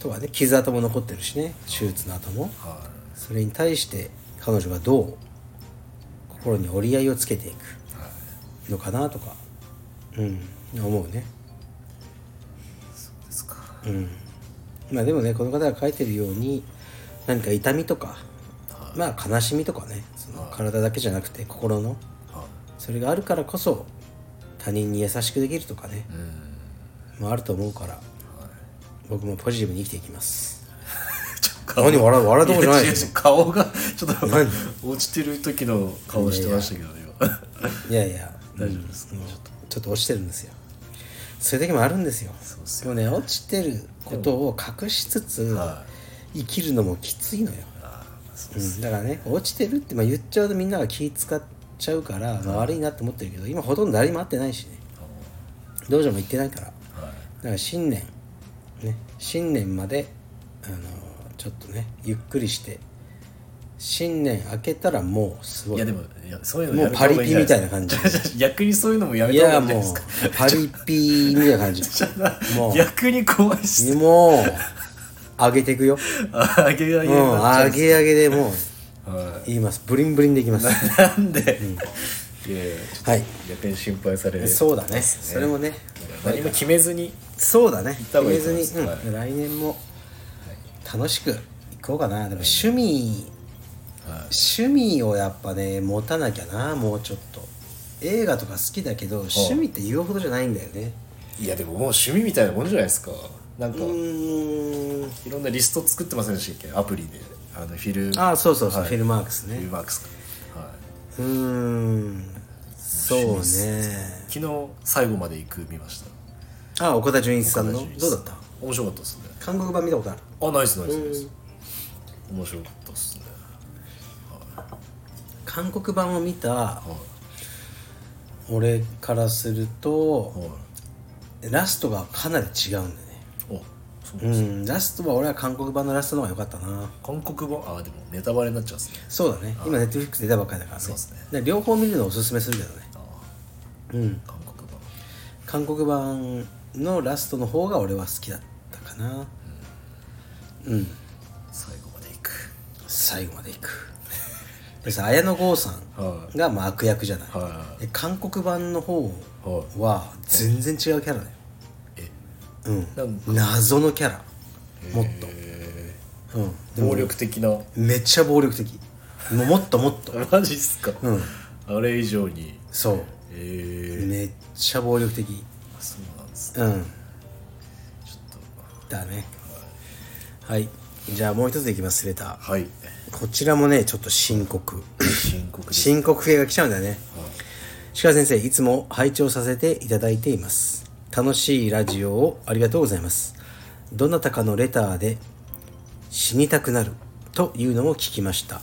Speaker 1: とはね傷跡も残ってるしね手術の後も
Speaker 2: は
Speaker 1: それに対して彼女がどう心に折り合いをつけていくのかなとか、うん、思うね。
Speaker 2: いですか
Speaker 1: うん、まあでもねこの方が書いてるように何か痛みとか、まあ悲しみとかねその体だけじゃなくて心の
Speaker 2: は
Speaker 1: それがあるからこそ他人に優しくできるとかね
Speaker 2: い、、うん
Speaker 1: もあると思うから僕もポジティブに生きていきます
Speaker 2: ちょっと
Speaker 1: 何笑う笑うとこじゃない
Speaker 2: や
Speaker 1: よ
Speaker 2: 違う違う顔がちょっと落ちてる時の顔してましたけど今
Speaker 1: いやいや
Speaker 2: 大丈夫ですか、ちょっと
Speaker 1: ちょっと落ちてるんですよそういう時もあるんですよ
Speaker 2: そうっす
Speaker 1: でもね落ちてることを隠しつつ
Speaker 2: は
Speaker 1: 生きるのもきついのよ、
Speaker 2: あーそう
Speaker 1: うん、だからね落ちてるって、まあ、言っちゃうとみんなが気使っちゃうから、まあ、悪いなって思ってるけど今ほとんど誰にも会ってないしね道場も行ってないからだ
Speaker 2: はい
Speaker 1: から新年ね新年まであのちょっとねゆっくりして新年明けたらもうすご
Speaker 2: い
Speaker 1: い
Speaker 2: やでもいやそういうのやめ方がんじゃな
Speaker 1: も
Speaker 2: いですか
Speaker 1: うパリピみたいな感
Speaker 2: 逆にそういうのもやめ
Speaker 1: い
Speaker 2: た方が
Speaker 1: や
Speaker 2: いいん
Speaker 1: も
Speaker 2: じゃな
Speaker 1: う
Speaker 2: いですか
Speaker 1: パリピみたいな 感じもう
Speaker 2: 逆に怖いし
Speaker 1: もう上げていくよ
Speaker 2: あげあげ
Speaker 1: うん上げ上げでもう
Speaker 2: は
Speaker 1: 言いますブリンブリンでいき ます
Speaker 2: いなんで、いやいや
Speaker 1: はい
Speaker 2: 逆に心配される
Speaker 1: そうだねそれもね
Speaker 2: 何も決めずに
Speaker 1: そうだね決
Speaker 2: た方がい
Speaker 1: め
Speaker 2: いと
Speaker 1: ず
Speaker 2: 思い
Speaker 1: に、
Speaker 2: ます
Speaker 1: うん来年も楽しくいこうかなでも趣味、
Speaker 2: は
Speaker 1: 趣味をやっぱね持たなきゃなもうちょっと映画とか好きだけど趣味って言うほどじゃないんだよね
Speaker 2: いやでももう趣味みたいなもんじゃないですかなんか、
Speaker 1: うーん
Speaker 2: いろんなリスト作ってませんでしたっけアプリであのフィル
Speaker 1: ああそうそうそう、
Speaker 2: はい
Speaker 1: フィルマークス
Speaker 2: フィ
Speaker 1: ね
Speaker 2: ルマークスか、はいう
Speaker 1: ーんそうね
Speaker 2: 昨日最後まで行く見ました
Speaker 1: ああ岡田准一さんのどうだった
Speaker 2: 面白かったですね
Speaker 1: 韓国版見たことある
Speaker 2: あナイスナイスナイス面白かったですね
Speaker 1: 韓国版を見た
Speaker 2: はい
Speaker 1: 俺からすると
Speaker 2: は
Speaker 1: ラストがかなり違うんだよね
Speaker 2: いあそう
Speaker 1: うんラストは俺は韓国版のラストの方が良かったな
Speaker 2: 韓国版あでもネタバレになっちゃうんですね
Speaker 1: そうだね今ネットフリックス出たばっかりだからね
Speaker 2: そうっすね
Speaker 1: で両方見るのをおすすめするけどね
Speaker 2: あ
Speaker 1: うん
Speaker 2: 韓国版
Speaker 1: 韓国版のラストの方が俺は好きだったかなうん、
Speaker 2: 最後まで行く
Speaker 1: 最後までいく でさ綾野剛さ
Speaker 2: は
Speaker 1: んがまあ悪役じゃない、
Speaker 2: は
Speaker 1: で韓国版の方
Speaker 2: いはい
Speaker 1: は全然違うキャラだよ
Speaker 2: えなん
Speaker 1: うん謎のキャラもっと、
Speaker 2: え
Speaker 1: うん、
Speaker 2: ー暴力的な
Speaker 1: めっちゃ暴力的もうもっともっと
Speaker 2: マジっすか、
Speaker 1: うん
Speaker 2: あれ以上に
Speaker 1: そう
Speaker 2: ええ
Speaker 1: めっちゃ暴力的
Speaker 2: そうなんですね
Speaker 1: うん
Speaker 2: ちょっと
Speaker 1: だねはいじゃあもう一ついきますレタ
Speaker 2: はい
Speaker 1: ーこちらもねちょっと深刻
Speaker 2: 深刻です
Speaker 1: 深刻系が来ちゃうんだよね
Speaker 2: はい
Speaker 1: 鹿先生いつも拝聴させていただいています楽しいラジオをありがとうございますどなたかのレターで死にたくなるというのを聞きました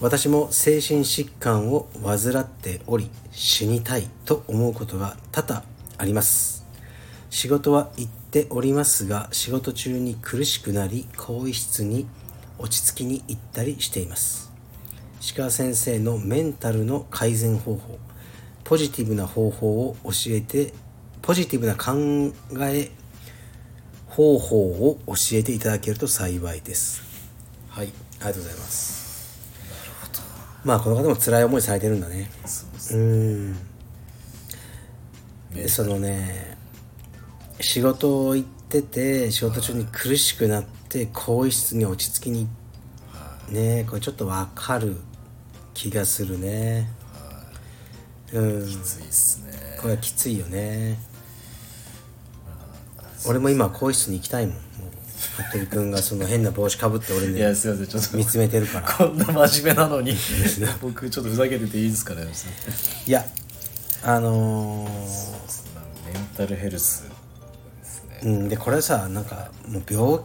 Speaker 1: 私も精神疾患を患っており死にたいと思うことが多々あります仕事は行っておりますが仕事中に苦しくなり更衣室に落ち着きに行ったりしています石川先生のメンタルの改善方法ポジティブな方法を教えてポジティブな考え方法を教えていただけると幸いですはいありがとうございますまあこの方も辛い思いされてるんだね
Speaker 2: そうです
Speaker 1: うんでそのね仕事行ってて仕事中に苦しくなって更衣室に落ち着きにねえこれちょっとわかる気がするねうん
Speaker 2: きついっすね
Speaker 1: これはきついよね俺も今更衣室に行きたいもんもう服部君がその変な帽子かぶって俺
Speaker 2: い
Speaker 1: ね
Speaker 2: やすいませんちょっと
Speaker 1: 見つめてるから
Speaker 2: こんな真面目なの に僕ちょっとふざけてていいですかねすいません
Speaker 1: いやあのー、
Speaker 2: メンタルヘルスですね
Speaker 1: うん、でこれさなんかもう病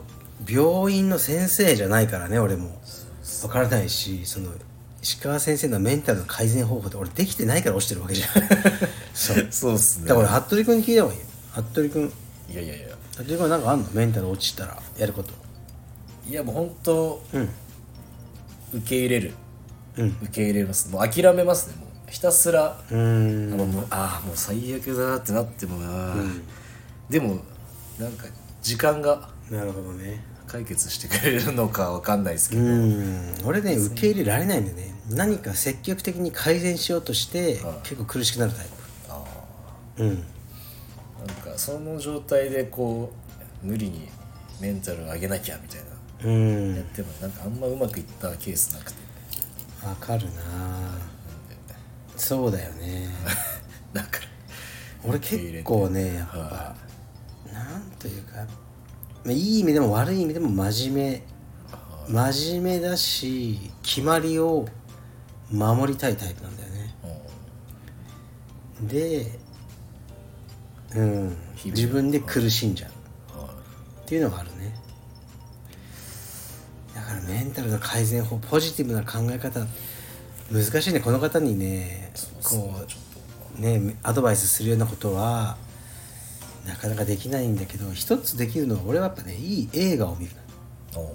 Speaker 1: 病院の先生じゃないからね俺も分からないしその石川先生のメンタルの改善方法って俺できてないから落ちてるわけじゃん そうだか
Speaker 2: そうっすね
Speaker 1: ら俺服部君に聞いた方がいいよ服部君
Speaker 2: いやいやいや
Speaker 1: 服部君はなんかあんのメンタル落ちたらやること
Speaker 2: いやもう本当、
Speaker 1: うん
Speaker 2: 受け入れる、
Speaker 1: うん
Speaker 2: 受け入れますもう諦めますねもうひたすら、
Speaker 1: うーん
Speaker 2: あのもうああもう最悪だってなってもな、でもなんか時間が
Speaker 1: なるほどね
Speaker 2: 解決してくれるのかわかんないですけ
Speaker 1: う
Speaker 2: ど、
Speaker 1: ーん俺ね受け入れられないんだよね何か積極的に改善しようとして結構苦しくなるタイ
Speaker 2: あ
Speaker 1: プうん
Speaker 2: ーなんかその状態でこう無理にメンタルを上げなきゃみたいな、
Speaker 1: うん
Speaker 2: やってもなんかあんまうまくいったケースなくて
Speaker 1: わかるなそうだよ ね
Speaker 2: だから
Speaker 1: 俺結構ねやっぱなんというかまあいい意味でも悪い意味でも真面目真面目だし決まりを守りたいタイプなんだよね
Speaker 2: うん
Speaker 1: でうん
Speaker 2: 日々
Speaker 1: 自分で苦しんじゃう
Speaker 2: はい
Speaker 1: っていうのがあるねだからメンタルの改善法ポジティブな考え方難しいねこの方にねこうねアドバイスするようなことはなかなかできないんだけど一つできるのは俺はやっぱねいい映画を見る
Speaker 2: おう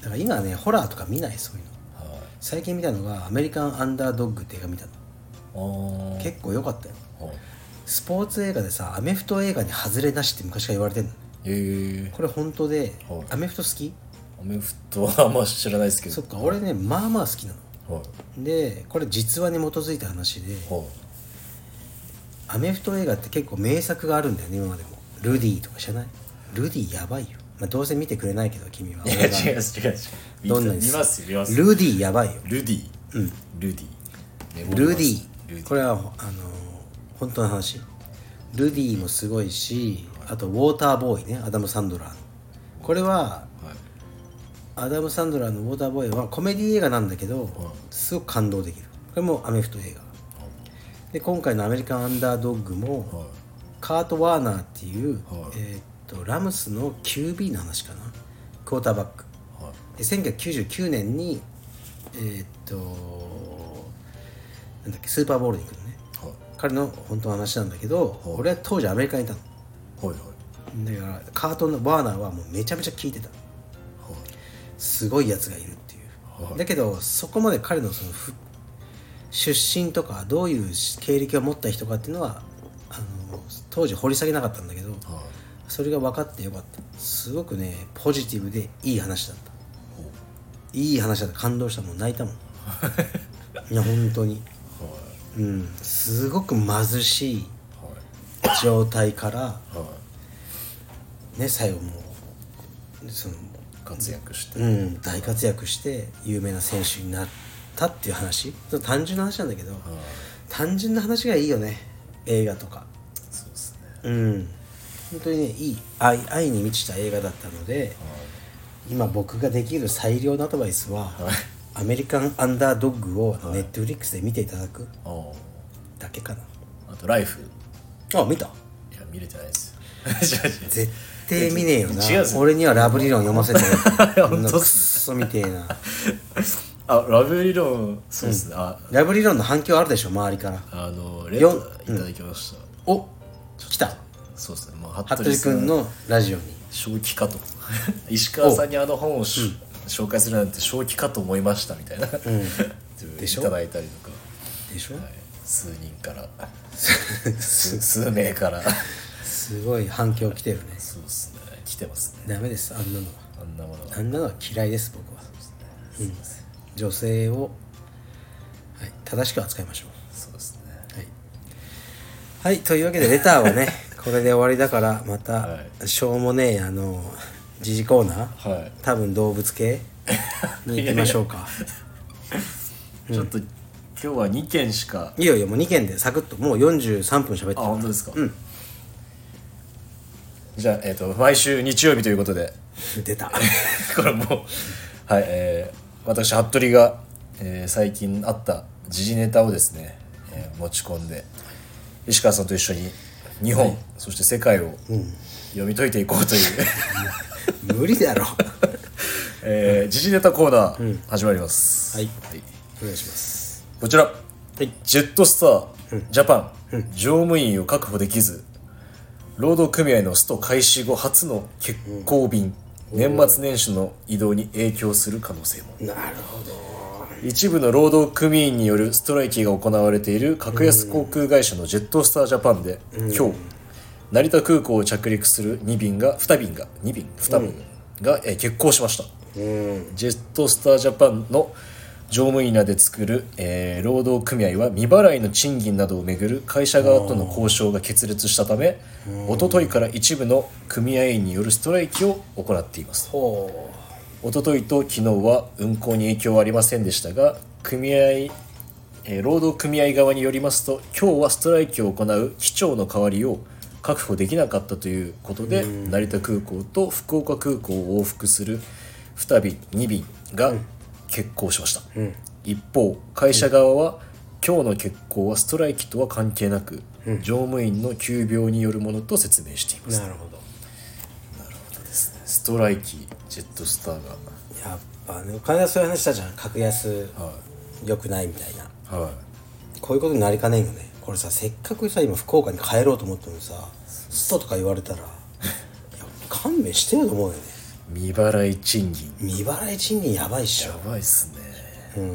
Speaker 1: だから今はねホラーとか見ないそういうの
Speaker 2: はい
Speaker 1: 最近見たのが「アメリカン・アンダードッグ」って映画見たの
Speaker 2: あー
Speaker 1: 結構良かったよ
Speaker 2: はい
Speaker 1: スポーツ映画でさアメフト映画に外れなしって昔から言われてんの
Speaker 2: ええ
Speaker 1: これ本当で、
Speaker 2: はい
Speaker 1: アメフト好き
Speaker 2: アメフトはあんま知らないですけど
Speaker 1: そっか俺ねまあまあ好きなの
Speaker 2: はい
Speaker 1: でこれ実話に基づいた話で
Speaker 2: はい
Speaker 1: アメフト映画って結構名作があるんだよね今までもルディとか知らないルディやばいよ、まあ、どうせ見てくれないけど君はい
Speaker 2: や違う違う違う
Speaker 1: どんなに
Speaker 2: 見ますよ見ますよ
Speaker 1: ルディやばいよ
Speaker 2: ルディ
Speaker 1: うん
Speaker 2: ルディ
Speaker 1: ルデ
Speaker 2: ルデ
Speaker 1: ィ
Speaker 2: ィ
Speaker 1: これはあの本当の話ルディもすごいしあとウォーターボーイねアダム・サンドラーのこれは
Speaker 2: はい
Speaker 1: アダム・サンドラーのウォーターボーイはコメディ映画なんだけどすごく感動できるこれもアメフト映画で今回の「アメリカン・アンダードッグ」も
Speaker 2: はい
Speaker 1: カート・ワーナーっていう、
Speaker 2: はい
Speaker 1: えーっとラムスの QB の話かなクォーターバック
Speaker 2: はい
Speaker 1: で1999年にえーっとなんだっけスーパーボールに行くのね
Speaker 2: はい
Speaker 1: 彼の本当の話なんだけど、
Speaker 2: はい
Speaker 1: 俺は当時アメリカにいたの
Speaker 2: はいはい
Speaker 1: だからカートのバーナーはもうめちゃめちゃ聞いてたすごいやつがいるっていう、
Speaker 2: はい
Speaker 1: だけどそこまで彼のそのふ出身とかどういう経歴を持った人かっていうのはあの当時掘り下げなかったんだけど
Speaker 2: はいはい
Speaker 1: それが分かってよかったすごくねポジティブでいい話だったいい話だった感動したもん泣いたもんいや本当にうんすごく貧しい状態から
Speaker 2: はいはい
Speaker 1: ね最後もうその、
Speaker 2: 活躍して
Speaker 1: うん、大活躍して有名な選手になったっていう話その単純な話なんだけど、単純な話がいいよね映画とか
Speaker 2: そうですね
Speaker 1: うん本当にねいい愛愛に満ちた映画だったので今僕ができる最良のアドバイスは、アメリカン・アンダードッグをネットフリックスで見ていただく
Speaker 2: あ
Speaker 1: だけかな、
Speaker 2: ああとライフ
Speaker 1: あ見た
Speaker 2: いや見れてないですよ違う違う
Speaker 1: 絶対見ねえよな
Speaker 2: 違うんですよ
Speaker 1: 俺にはラブ理論読ませてよ
Speaker 2: 本当っ
Speaker 1: く
Speaker 2: す
Speaker 1: っそみてえな
Speaker 2: あラブ理論そうですねあ
Speaker 1: ラブ理論の反響あるでしょ周りから
Speaker 2: あのレッドいただきました
Speaker 1: お来た
Speaker 2: そうですねまあ服
Speaker 1: 服部
Speaker 2: 部さ
Speaker 1: 君
Speaker 2: ん
Speaker 1: のラジオに
Speaker 2: 正気かと石川さんにあの本をし、紹介するなんて正気かと思いましたみたいな、で
Speaker 1: でしょ
Speaker 2: いただいたりとか、
Speaker 1: でしょ、
Speaker 2: はい、数人から数数名から
Speaker 1: すごい反響来てるね
Speaker 2: そうですね来てますね
Speaker 1: ダメですあんなのは
Speaker 2: あんなものが
Speaker 1: あんなのは嫌いです僕は
Speaker 2: そうですね
Speaker 1: 女性を、はい、正しく扱いましょう
Speaker 2: そうですね
Speaker 1: はい、はい、というわけでレターは ねこれで終わりだからまた
Speaker 2: は
Speaker 1: しょうもねえあの時事コーナー、
Speaker 2: はい
Speaker 1: 多分動物系に行きましょう か
Speaker 2: ちょっと今日は2件しか
Speaker 1: いいよいいよもう2件でサクッともう43分喋って
Speaker 2: あ
Speaker 1: る
Speaker 2: 本当ですか、じゃあ、えっと毎週日曜日ということで
Speaker 1: 出た
Speaker 2: これもうはいえー、私服部が、えー最近あった時事ネタをですね、えー持ち込んで石川さんと一緒に日本、そして世界を読み解いていこうという、
Speaker 1: 無理だろ
Speaker 2: えー時事ネタコーナー始まります、
Speaker 1: はいお願いします
Speaker 2: こちら、
Speaker 1: はい
Speaker 2: ジェットスター、ジャパン、乗務員を確保できず労働組合のスト開始後初の欠航便、年末年始の移動に影響する可能性も
Speaker 1: なるほど
Speaker 2: 一部の労働組員によるストライキが行われている格安航空会社のジェットスタージャパンで、今日成田空港を着陸する2便が2便が2便2便が、えー欠航しました、ジェットスタージャパンの乗務員らで作る、えー労働組合は未払いの賃金などをめぐる会社側との交渉が決裂したため一昨日から一部の組合員によるストライキを行っています
Speaker 1: ほ
Speaker 2: 一昨日と昨日は運行に影響はありませんでしたが組合、えー労働組合側によりますと今日はストライキを行う機長の代わりを確保できなかったということで成田空港と福岡空港を往復する2便2便が欠航しました、一方会社側は今日の欠航はストライキとは関係なく、乗務員の急病によるものと説明していま
Speaker 1: う
Speaker 2: す
Speaker 1: なるほど
Speaker 2: ストライキジェットスターが
Speaker 1: やっぱねお金はそういう話したじゃん格安
Speaker 2: は
Speaker 1: 良くないみたいな
Speaker 2: は
Speaker 1: こういうことになりかねんよねこれさせっかくさ今福岡に帰ろうと思ってもさストとか言われたらいや勘弁してよと思うよね
Speaker 2: い未払い賃金
Speaker 1: 未払い賃金やばいっし
Speaker 2: や
Speaker 1: ょ
Speaker 2: ばいっすね
Speaker 1: うん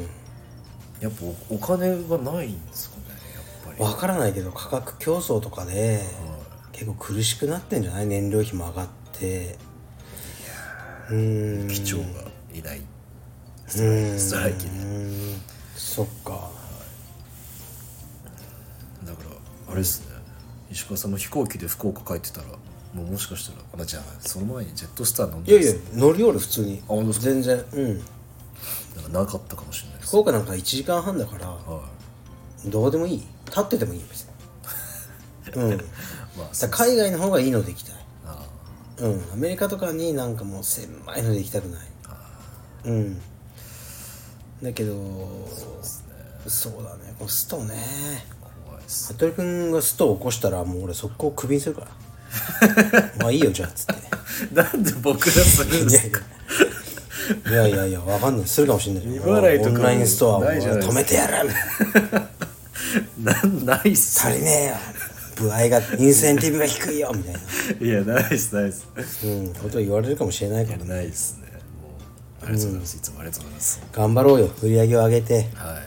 Speaker 2: やっぱおお金がないんですかねやっぱり
Speaker 1: わからないけど価格競争とかで結構苦しくなってんじゃない燃料費も上がってうーん
Speaker 2: 機長がいない
Speaker 1: うん
Speaker 2: ストライキで
Speaker 1: うんそっか
Speaker 2: だからあれですね石川さんも飛行機で福岡帰ってたらもうもしかしたらあじゃあその前にジェットスター飲ん
Speaker 1: いや
Speaker 2: で
Speaker 1: いや乗り降り普通に
Speaker 2: 本当です
Speaker 1: 全然うん
Speaker 2: なんかなかったかもしれないです
Speaker 1: 福岡なんか1時間半だから
Speaker 2: は
Speaker 1: どうでもいい立っててもいいよ別にうんだか
Speaker 2: いまあ
Speaker 1: ら海外の方がいいので行きたい
Speaker 2: あ
Speaker 1: うんアメリカとかになんかもう狭いので行きたくないうんだけどそうだねこのストね
Speaker 2: 怖いです
Speaker 1: 服部君がストを起こしたらもう俺速攻クビにする からまあいいよじゃあっつって
Speaker 2: なんで僕がするんですか
Speaker 1: いやいやいやわかんないするかもしれない
Speaker 2: 未払いとか
Speaker 1: オンラインストアを
Speaker 2: ないじゃないです
Speaker 1: 止
Speaker 2: か
Speaker 1: めてやるみたいな
Speaker 2: なんないっす
Speaker 1: 足りねえよ部合がインセンティブが低いよみたいない
Speaker 2: やないっすないっす
Speaker 1: うんことを言われるかもしれないからね
Speaker 2: ないっすねもうありがとうございますいつもありがとうございます
Speaker 1: 頑張ろうよ売り上げを上げて
Speaker 2: は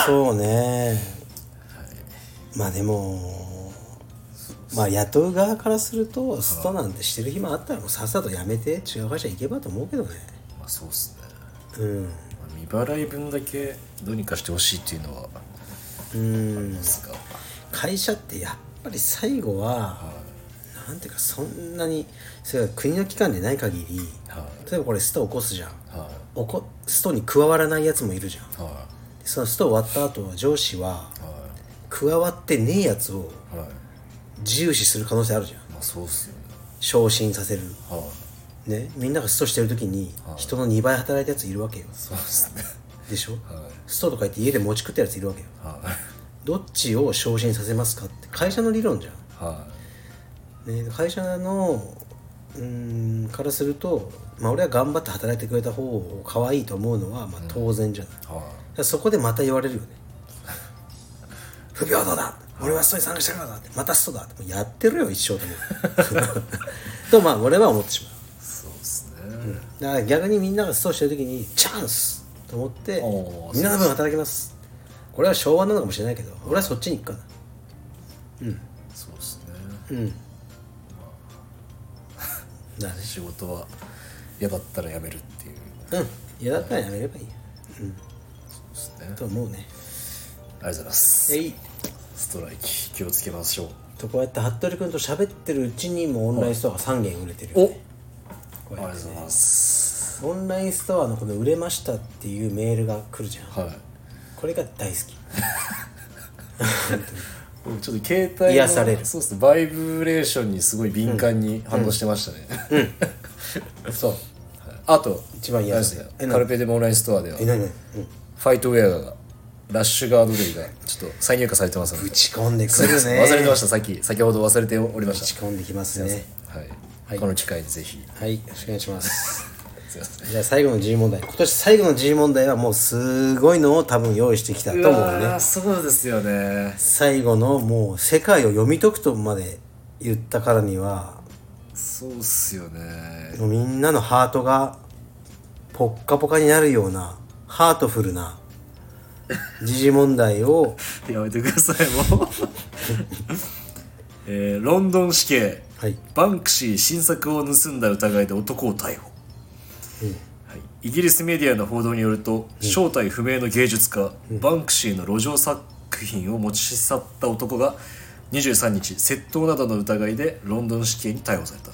Speaker 2: い
Speaker 1: そうねまあでもまあ雇う側からするとストなんてしてる暇あったらもうさっさと辞めて違う会社行けばと思うけどね
Speaker 2: まあそうっすね
Speaker 1: うん
Speaker 2: まあ未払い分だけどうにかしてほしいっていうのは
Speaker 1: うん
Speaker 2: ですが
Speaker 1: 会社ってやっぱり最後はなんていうかそんなにそれは国の機関でない限り
Speaker 2: は
Speaker 1: 例えばこれスト起こすじゃん
Speaker 2: いは
Speaker 1: 起こストに加わらないやつもいるじゃん
Speaker 2: いは
Speaker 1: でそのスト終わった後は上司はい
Speaker 2: は
Speaker 1: 加わってねえやつを
Speaker 2: いはい
Speaker 1: 重視する可能性あるじゃん
Speaker 2: まあそうっすよね
Speaker 1: 昇進させる
Speaker 2: はい
Speaker 1: ねみんながストしてる時に人の2倍働いたやついるわけよ
Speaker 2: そうっすね
Speaker 1: でしょ
Speaker 2: はい
Speaker 1: ストとか言って家で持ち食ったやついるわけよ
Speaker 2: はい
Speaker 1: どっちを昇進させますかって会社の理論じゃん
Speaker 2: は
Speaker 1: ね、会社のうーんからすると、まあ、俺は頑張って働いてくれた方を可愛いと思うのはまあ当然じゃない、
Speaker 2: いはい
Speaker 1: だからそこでまた言われるよね不平等だ俺はストに参加したからだってまたストだってもうやってるよ一生と思 うとまあ俺は思ってしまう
Speaker 2: そうですね、
Speaker 1: だから逆にみんながストしてる時にチャンスと思って
Speaker 2: おー
Speaker 1: みんなの分働きますこれは昭和なのかもしれないけど俺はそっちに行くかな
Speaker 2: そうですね
Speaker 1: うんだね
Speaker 2: 仕事は嫌だったら辞めるっていう
Speaker 1: うん嫌だったらやめればいいよ
Speaker 2: ですねありが
Speaker 1: と
Speaker 2: と
Speaker 1: 思うね
Speaker 2: うございます
Speaker 1: えい
Speaker 2: ストライキ気をつけましょう
Speaker 1: とこうやって服部君と喋ってるうちにもうオンラインストアが3軒売れてるよ
Speaker 2: お
Speaker 1: ね
Speaker 2: ありがとうございます
Speaker 1: オンラインストアのこの売れましたっていうメールが来るじゃん
Speaker 2: はい
Speaker 1: これが大好
Speaker 2: 僕ちょっと携帯の
Speaker 1: 癒される
Speaker 2: そうですねバイブレーションにすごい敏感に反応してましたね、
Speaker 1: きそう
Speaker 2: あと
Speaker 1: 一番癒され
Speaker 2: あ
Speaker 1: る
Speaker 2: れですねカルペディムオンラインストアでは
Speaker 1: えなになに
Speaker 2: ファイトウェアがラッシュガード類がちょっと再入荷されてますので
Speaker 1: 打ち込んでくるね
Speaker 2: 忘れてま
Speaker 1: し
Speaker 2: したさっき先ほど忘れておりま
Speaker 1: 打
Speaker 2: し
Speaker 1: ち込んできますね
Speaker 2: た、はいこの機会にぜひ
Speaker 1: はいよろしくお願いします
Speaker 2: すいませ ん
Speaker 1: じゃあ最後の自由問題今年最後の自由問題はもうすごいのを多分用意してきたと思うね
Speaker 2: わーそうですよね
Speaker 1: 最後のもう世界を読み解くとまで言ったからには
Speaker 2: そうっすよね
Speaker 1: もうみんなのハートがポッカポカになるようなハートフルな時事問題を
Speaker 2: やめてください もうえーロンドン死刑
Speaker 1: はい
Speaker 2: バンクシー新作を盗んだ疑いで男を逮捕、はい、イギリスメディアの報道によると、正体不明の芸術家、バンクシーの路上作品を持ち去った男が23日窃盗などの疑いでロンドン死刑に逮捕された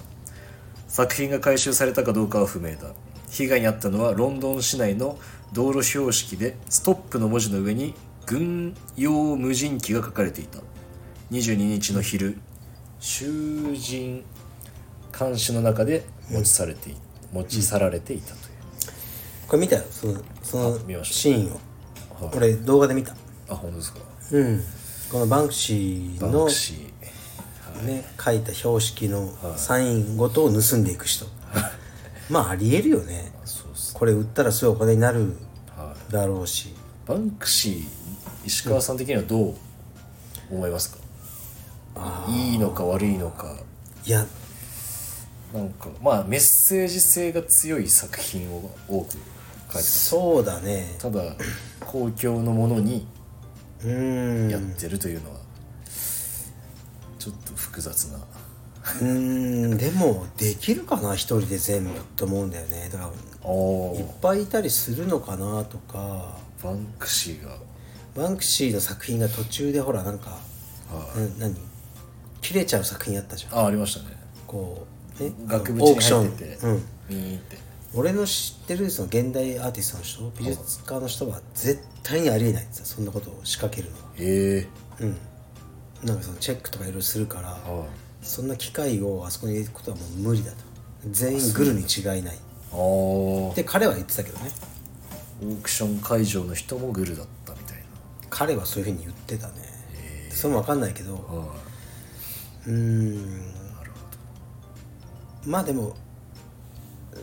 Speaker 2: 作品が回収されたかどうかは不明だ被害に遭ったのはロンドン市内の道路標識で「ストップ」の文字の上に軍用無人機が書かれていた22日の昼囚人監視の中で持ちされてい、持ち去られていたという、
Speaker 1: これ見たよそのその
Speaker 2: 見ました
Speaker 1: シーンを俺動画で見た
Speaker 2: あ本当ですか
Speaker 1: うんこのバンクシー
Speaker 2: バン
Speaker 1: の
Speaker 2: クシー
Speaker 1: ね書いた標識のサインごとを盗んでいく人まあありえるよね
Speaker 2: そうっす
Speaker 1: これ売ったらすごいお金になる
Speaker 2: は
Speaker 1: だろうし
Speaker 2: バンクシー石川さん的にはどう思いますか、いいのか悪いのか
Speaker 1: いや
Speaker 2: なんかまあメッセージ性が強い作品を多く書いてます
Speaker 1: そうだね
Speaker 2: ただ公共のものに
Speaker 1: うーん
Speaker 2: やってるというのはちょっと複雑な、
Speaker 1: うーんでもできるかな一人で全部と思うんだよねだか
Speaker 2: お
Speaker 1: らいっ
Speaker 2: ー
Speaker 1: ぱいいたりするのかなとか
Speaker 2: バンクシーが
Speaker 1: バンクシーの作品が途中でほらなんか、
Speaker 2: はい
Speaker 1: うん何切れちゃう作品あったじゃん
Speaker 2: あありましたね
Speaker 1: こうね
Speaker 2: 額縁
Speaker 1: オー
Speaker 2: に
Speaker 1: クショ
Speaker 2: 入
Speaker 1: ン
Speaker 2: ってて
Speaker 1: うん、
Speaker 2: ビーンって
Speaker 1: 俺の知ってるその現代アーティストの人美術家の人は絶対にありえないんですよそんなことを仕掛けるのは
Speaker 2: え
Speaker 1: うんなんかそのチェックとかいろいろするから
Speaker 2: えはい
Speaker 1: そんな機械をあそこに入れることはもう無理だと全員グルに違いない
Speaker 2: ああオ
Speaker 1: で彼は言ってたけどね
Speaker 2: ークション会場の人もグルだったみたい
Speaker 1: 彼はそういうふうに言ってたねそれも分かんないけど
Speaker 2: なは
Speaker 1: うーんまあでも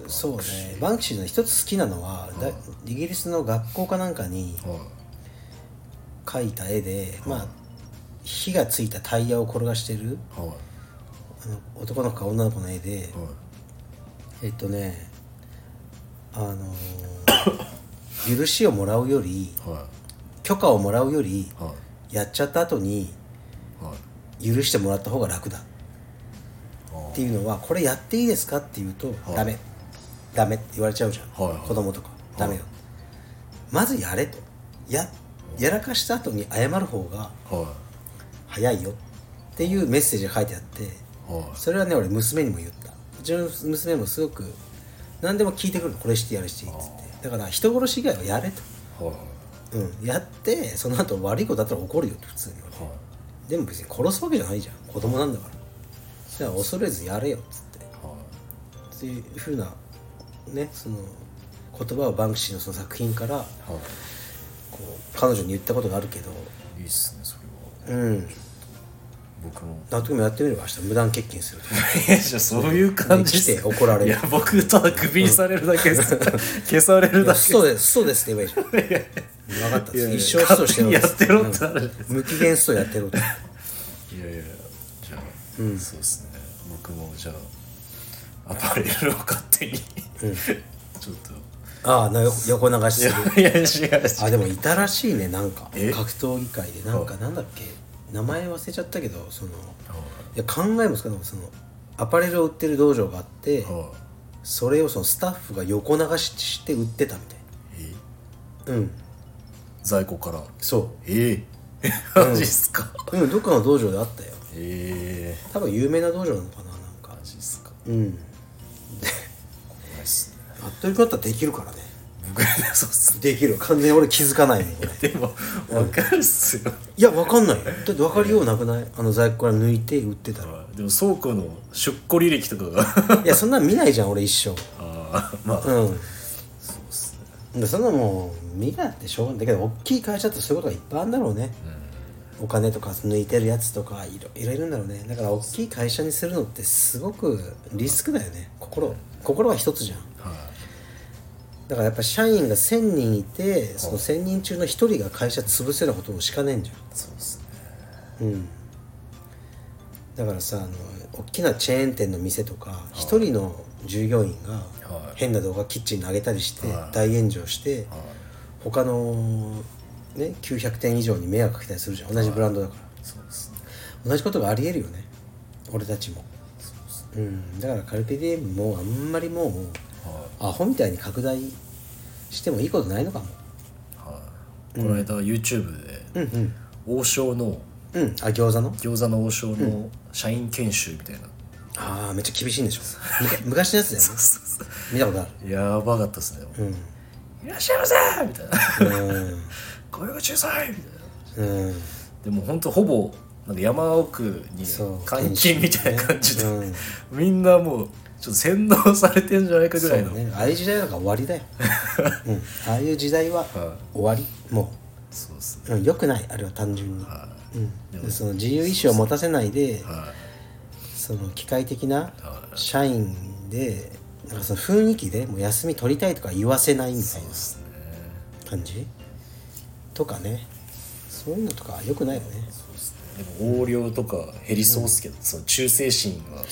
Speaker 1: そうねバンクシーの一つ好きなのは、だイギリスの学校かなんかに
Speaker 2: いはい
Speaker 1: 描いた絵で、まあ火がついたタイヤを転がしてる
Speaker 2: はい
Speaker 1: あの男の子か女の子の絵で
Speaker 2: はい
Speaker 1: えっとねあのー許しをもらうより
Speaker 2: は
Speaker 1: 許可をもらうより
Speaker 2: いは
Speaker 1: やっちゃった後に
Speaker 2: いはい
Speaker 1: 許してもらった方が楽だ
Speaker 2: あー
Speaker 1: っていうのはこれやっていいですかって言うと
Speaker 2: はい
Speaker 1: ダメダメって言われちゃうじゃん
Speaker 2: はいはい
Speaker 1: 子供とかダメよまずやれとややらかした後に謝る方が
Speaker 2: は
Speaker 1: 早いよっていうメッセージが書いてあって
Speaker 2: いはい
Speaker 1: それはね俺娘にも言ったうちの娘もすごく何でも聞いてくるのこれしてやるしていいっつってだから人殺し以外はやれと、
Speaker 2: はいはい
Speaker 1: うん、やってその後悪いことだったら怒るよって普通に俺
Speaker 2: はい
Speaker 1: でも別に殺すわけじゃないじゃん子供なんだからじゃあ恐れずやれよっつってっていうふうなねその言葉をバンクシーのその作品から
Speaker 2: は
Speaker 1: こう彼女に言ったことがあるけど
Speaker 2: いいいっすねそれは
Speaker 1: うん
Speaker 2: 僕も
Speaker 1: 納得もやってみれば明日無断欠勤するとか
Speaker 2: いやじゃあそういう感じっす
Speaker 1: 来て怒られる
Speaker 2: いや僕ただクビにされるだけです、消されるだけ
Speaker 1: そうですそうですって言えば いいじゃん分かったっ
Speaker 2: いやい
Speaker 1: す
Speaker 2: や
Speaker 1: 一生ストしてろっつ
Speaker 2: 勝手にやってろってなる
Speaker 1: うん無期限ストやって ろと
Speaker 2: いやいやじゃあ、そうですね僕もじゃあアパレルを勝手に、ちょっ
Speaker 1: ああな横流しする
Speaker 2: といやいや違う違う
Speaker 1: あでもいたらしいねなんか格
Speaker 2: え
Speaker 1: 闘技界でなんか
Speaker 2: は
Speaker 1: なんだっけ名前忘れちゃったけどそのいや考えもつかないそのアパレルを売ってる道場があって
Speaker 2: はい
Speaker 1: それをそのスタッフが横流しして売ってたみ
Speaker 2: え
Speaker 1: たいなうん
Speaker 2: 在庫から
Speaker 1: そ
Speaker 2: ええマジっすか、
Speaker 1: ううんどっかの道場であったよ
Speaker 2: ええ
Speaker 1: 多分有名な道場なのかななんか
Speaker 2: マジっすか
Speaker 1: うん
Speaker 2: 怖いっすね
Speaker 1: あっという間だったらできるからね
Speaker 2: 僕ねそうっす
Speaker 1: できる完全に俺気づかないもんこれ
Speaker 2: でも分かるっすよ、
Speaker 1: いやわかんないよだって分かりようなくないあの在庫から抜いて売ってたら
Speaker 2: でも倉庫の出庫履歴とかが
Speaker 1: いやそんなん見ないじゃん俺一生
Speaker 2: ああまあ、
Speaker 1: うん
Speaker 2: そうっすね
Speaker 1: でそんなもう見なってしょうがないだけど大きい会社ってそういうことがいっぱいあるんだろうね、お金とか抜いてるやつとかいろいろいるんだろうねだから大きい会社にするのってすごくリスクだよね心心は一つじゃん
Speaker 2: はい
Speaker 1: だからやっぱ社員が1000人いてその1000人中の1人が会社潰せることをしかねえんじ
Speaker 2: そうっすね
Speaker 1: ゃんうんだからさあの大きなチェーン店の店とか1人の従業員が
Speaker 2: はい
Speaker 1: 変な動画キッチンに上げたりして
Speaker 2: はい
Speaker 1: 大炎上して、
Speaker 2: はい
Speaker 1: 他の、ね、900点以上に迷惑かけたりするじゃん同じブランドだから
Speaker 2: そうっすね
Speaker 1: 同じことがありえるよね俺たちも
Speaker 2: そうっすね
Speaker 1: うんだからカルペディエムもあんまりもう
Speaker 2: はい
Speaker 1: アホみたいに拡大してもいいことないのかも
Speaker 2: はい、この間 YouTube で、王将の
Speaker 1: うんあ餃子の
Speaker 2: 餃子の王将の社員研修みたいな、
Speaker 1: ああめっちゃ厳しいんでしょむか昔のやつだよね見たことあ
Speaker 2: やばかったですね、
Speaker 1: る
Speaker 2: いらっしゃいませみたいな「ご用中さい!」みたいな
Speaker 1: うんうん
Speaker 2: でも本当ほぼなんか山奥に
Speaker 1: そう
Speaker 2: 監禁みたいな感じで、
Speaker 1: うん
Speaker 2: みんなもうちょっと洗脳されてんじゃないかぐ
Speaker 1: そ
Speaker 2: ら
Speaker 1: う
Speaker 2: いの、
Speaker 1: ねああいう時代なんか終わりだよ、 うん、ああいう時代は
Speaker 2: は
Speaker 1: 終わりも
Speaker 2: そうですね
Speaker 1: う、うん、よくないあれは単純に
Speaker 2: はい、
Speaker 1: うん、でその自由意志を持たせないで
Speaker 2: はい
Speaker 1: その機械的な
Speaker 2: は
Speaker 1: 社員でなんかその雰囲気でもう休み取りたいとか言わせないみたい
Speaker 2: そうですね
Speaker 1: な感じとかねそういうのとか良くないよね
Speaker 2: でも横領とか減りそうっすけど、その忠誠心は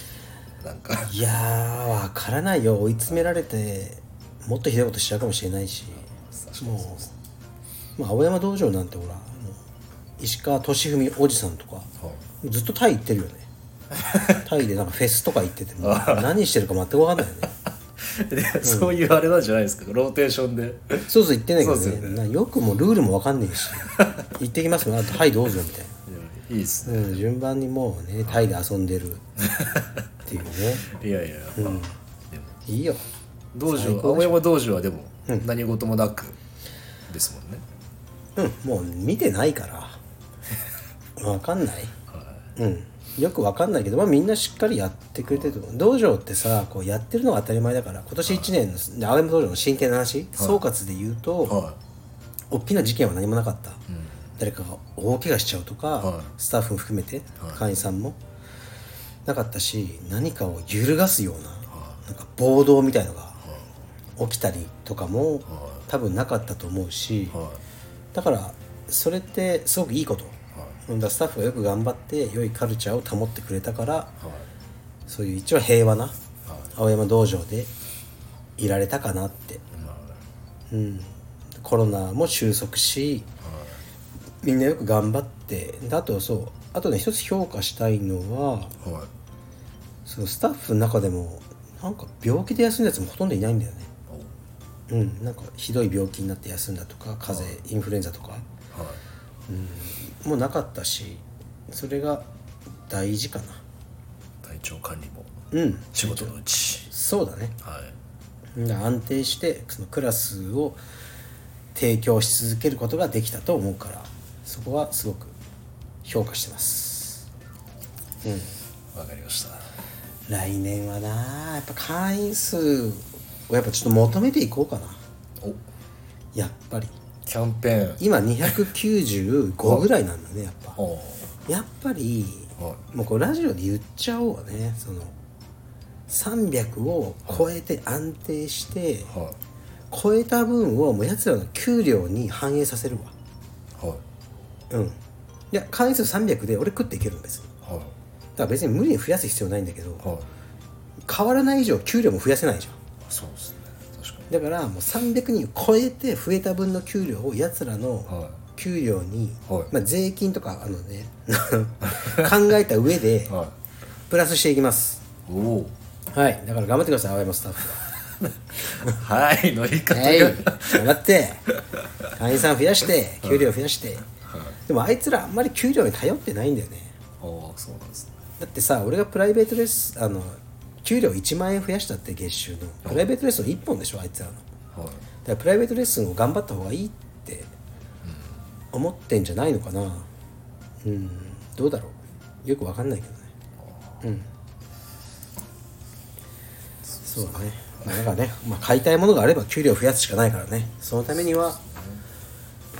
Speaker 2: なんか
Speaker 1: いやーわからないよ追い詰められてもっとひどいことしちゃうかもしれないしもう、まあ、青山道場なんてほらもう石川俊文おじさんとかずっとタイ行ってるよね タイでなんかフェスとか行ってても何してるか全く分かんないよね
Speaker 2: でそういうあれなんじゃないですかローテーションで
Speaker 1: そうそう言ってないけど
Speaker 2: そう
Speaker 1: ね
Speaker 2: ですよ
Speaker 1: なよくもルールも分かんね えし行ってきますよあとはいどうぞみたい
Speaker 2: いいっすね
Speaker 1: な、うん、順番にもうねタイで遊んでるっていうね
Speaker 2: いやいや、
Speaker 1: いいよ
Speaker 2: 道場青山道場はでも何事もなくですもんね、
Speaker 1: うんもう見てないから分かんないうんよく分かんないけど、まあ、みんなしっかりやってくれてると思う道場ってさこうやってるのが当たり前だから今年1年の、で青山道場の真剣な話、総括で言うと、
Speaker 2: は
Speaker 1: 大きな事件は何もなかった、誰かが大怪我しちゃうとか、
Speaker 2: はい
Speaker 1: スタッフも含めて、会員さんもなかったし何かを揺るがすような,、なんか暴動みたいのが起きたりとかも、多分なかったと思うし、
Speaker 2: いは
Speaker 1: だからそれってすごくいいこと、うんだからスタッフがよく頑張って良いカルチャーを保ってくれたから、
Speaker 2: いはい
Speaker 1: そういう一応平和な青山道場でいられたかなって、うん、コロナも収束し、みんなよく頑張ってであとそうあとね一つ評価したいのは
Speaker 2: はい
Speaker 1: そのスタッフの中でもなんか病気で休んだやつもほとんどいないんだよねうんなんかひどい病気になって休んだとか風邪インフルエンザとか
Speaker 2: はい
Speaker 1: もうなかったしそれが大事かな
Speaker 2: 体調管理も
Speaker 1: うん
Speaker 2: 仕事のうち
Speaker 1: そうだね
Speaker 2: はい
Speaker 1: 安定してそのクラスを提供し続けることができたと思うからそこはすごく評価してますうん
Speaker 2: わかりました
Speaker 1: 来年はなやっぱ会員数をやっぱちょっと求めていこうかな
Speaker 2: お
Speaker 1: やっぱり
Speaker 2: キャンペーン
Speaker 1: 今295ぐらいなんだねやっぱ
Speaker 2: お
Speaker 1: やっぱり
Speaker 2: は
Speaker 1: もうこれラジオで言っちゃおうわねその300を超えて安定して、
Speaker 2: いは
Speaker 1: 超えた分をもうやつらの給料に反映させるわ
Speaker 2: いはい
Speaker 1: うんいや会員数300で俺食っていけるんです
Speaker 2: はい
Speaker 1: だから別に無理に増やす必要ないんだけど
Speaker 2: はい
Speaker 1: 変わらない以上給料も増やせないじゃん
Speaker 2: そうですね確か
Speaker 1: だからもう300人を超えて増えた分の給料をやつら
Speaker 2: は
Speaker 1: の
Speaker 2: い
Speaker 1: 給料に、
Speaker 2: はい
Speaker 1: まあ、税金とかあのね 考えた上 で
Speaker 2: にはい
Speaker 1: プラスしていきます
Speaker 2: おお
Speaker 1: はいだから頑張ってください青山スタッフは
Speaker 2: はい乗り方が
Speaker 1: はい、頑張って会員さん増やして給料増やして、でもあいつらあんまり給料に頼ってないんだよね
Speaker 2: おおそうなんですね
Speaker 1: だってさ俺がプライベートレッスンあの給料1万円増やしたって月収のプライベートレッスン1本でしょあいつらのだ
Speaker 2: はい
Speaker 1: からプライベートレッスンを頑張った方がいいって思ってんじゃないのかなうんどうだろうよくわかんないけどねうんそうだね、まあ、だからね、まあ、買いたいものがあれば給料増やすしかないからねそのためには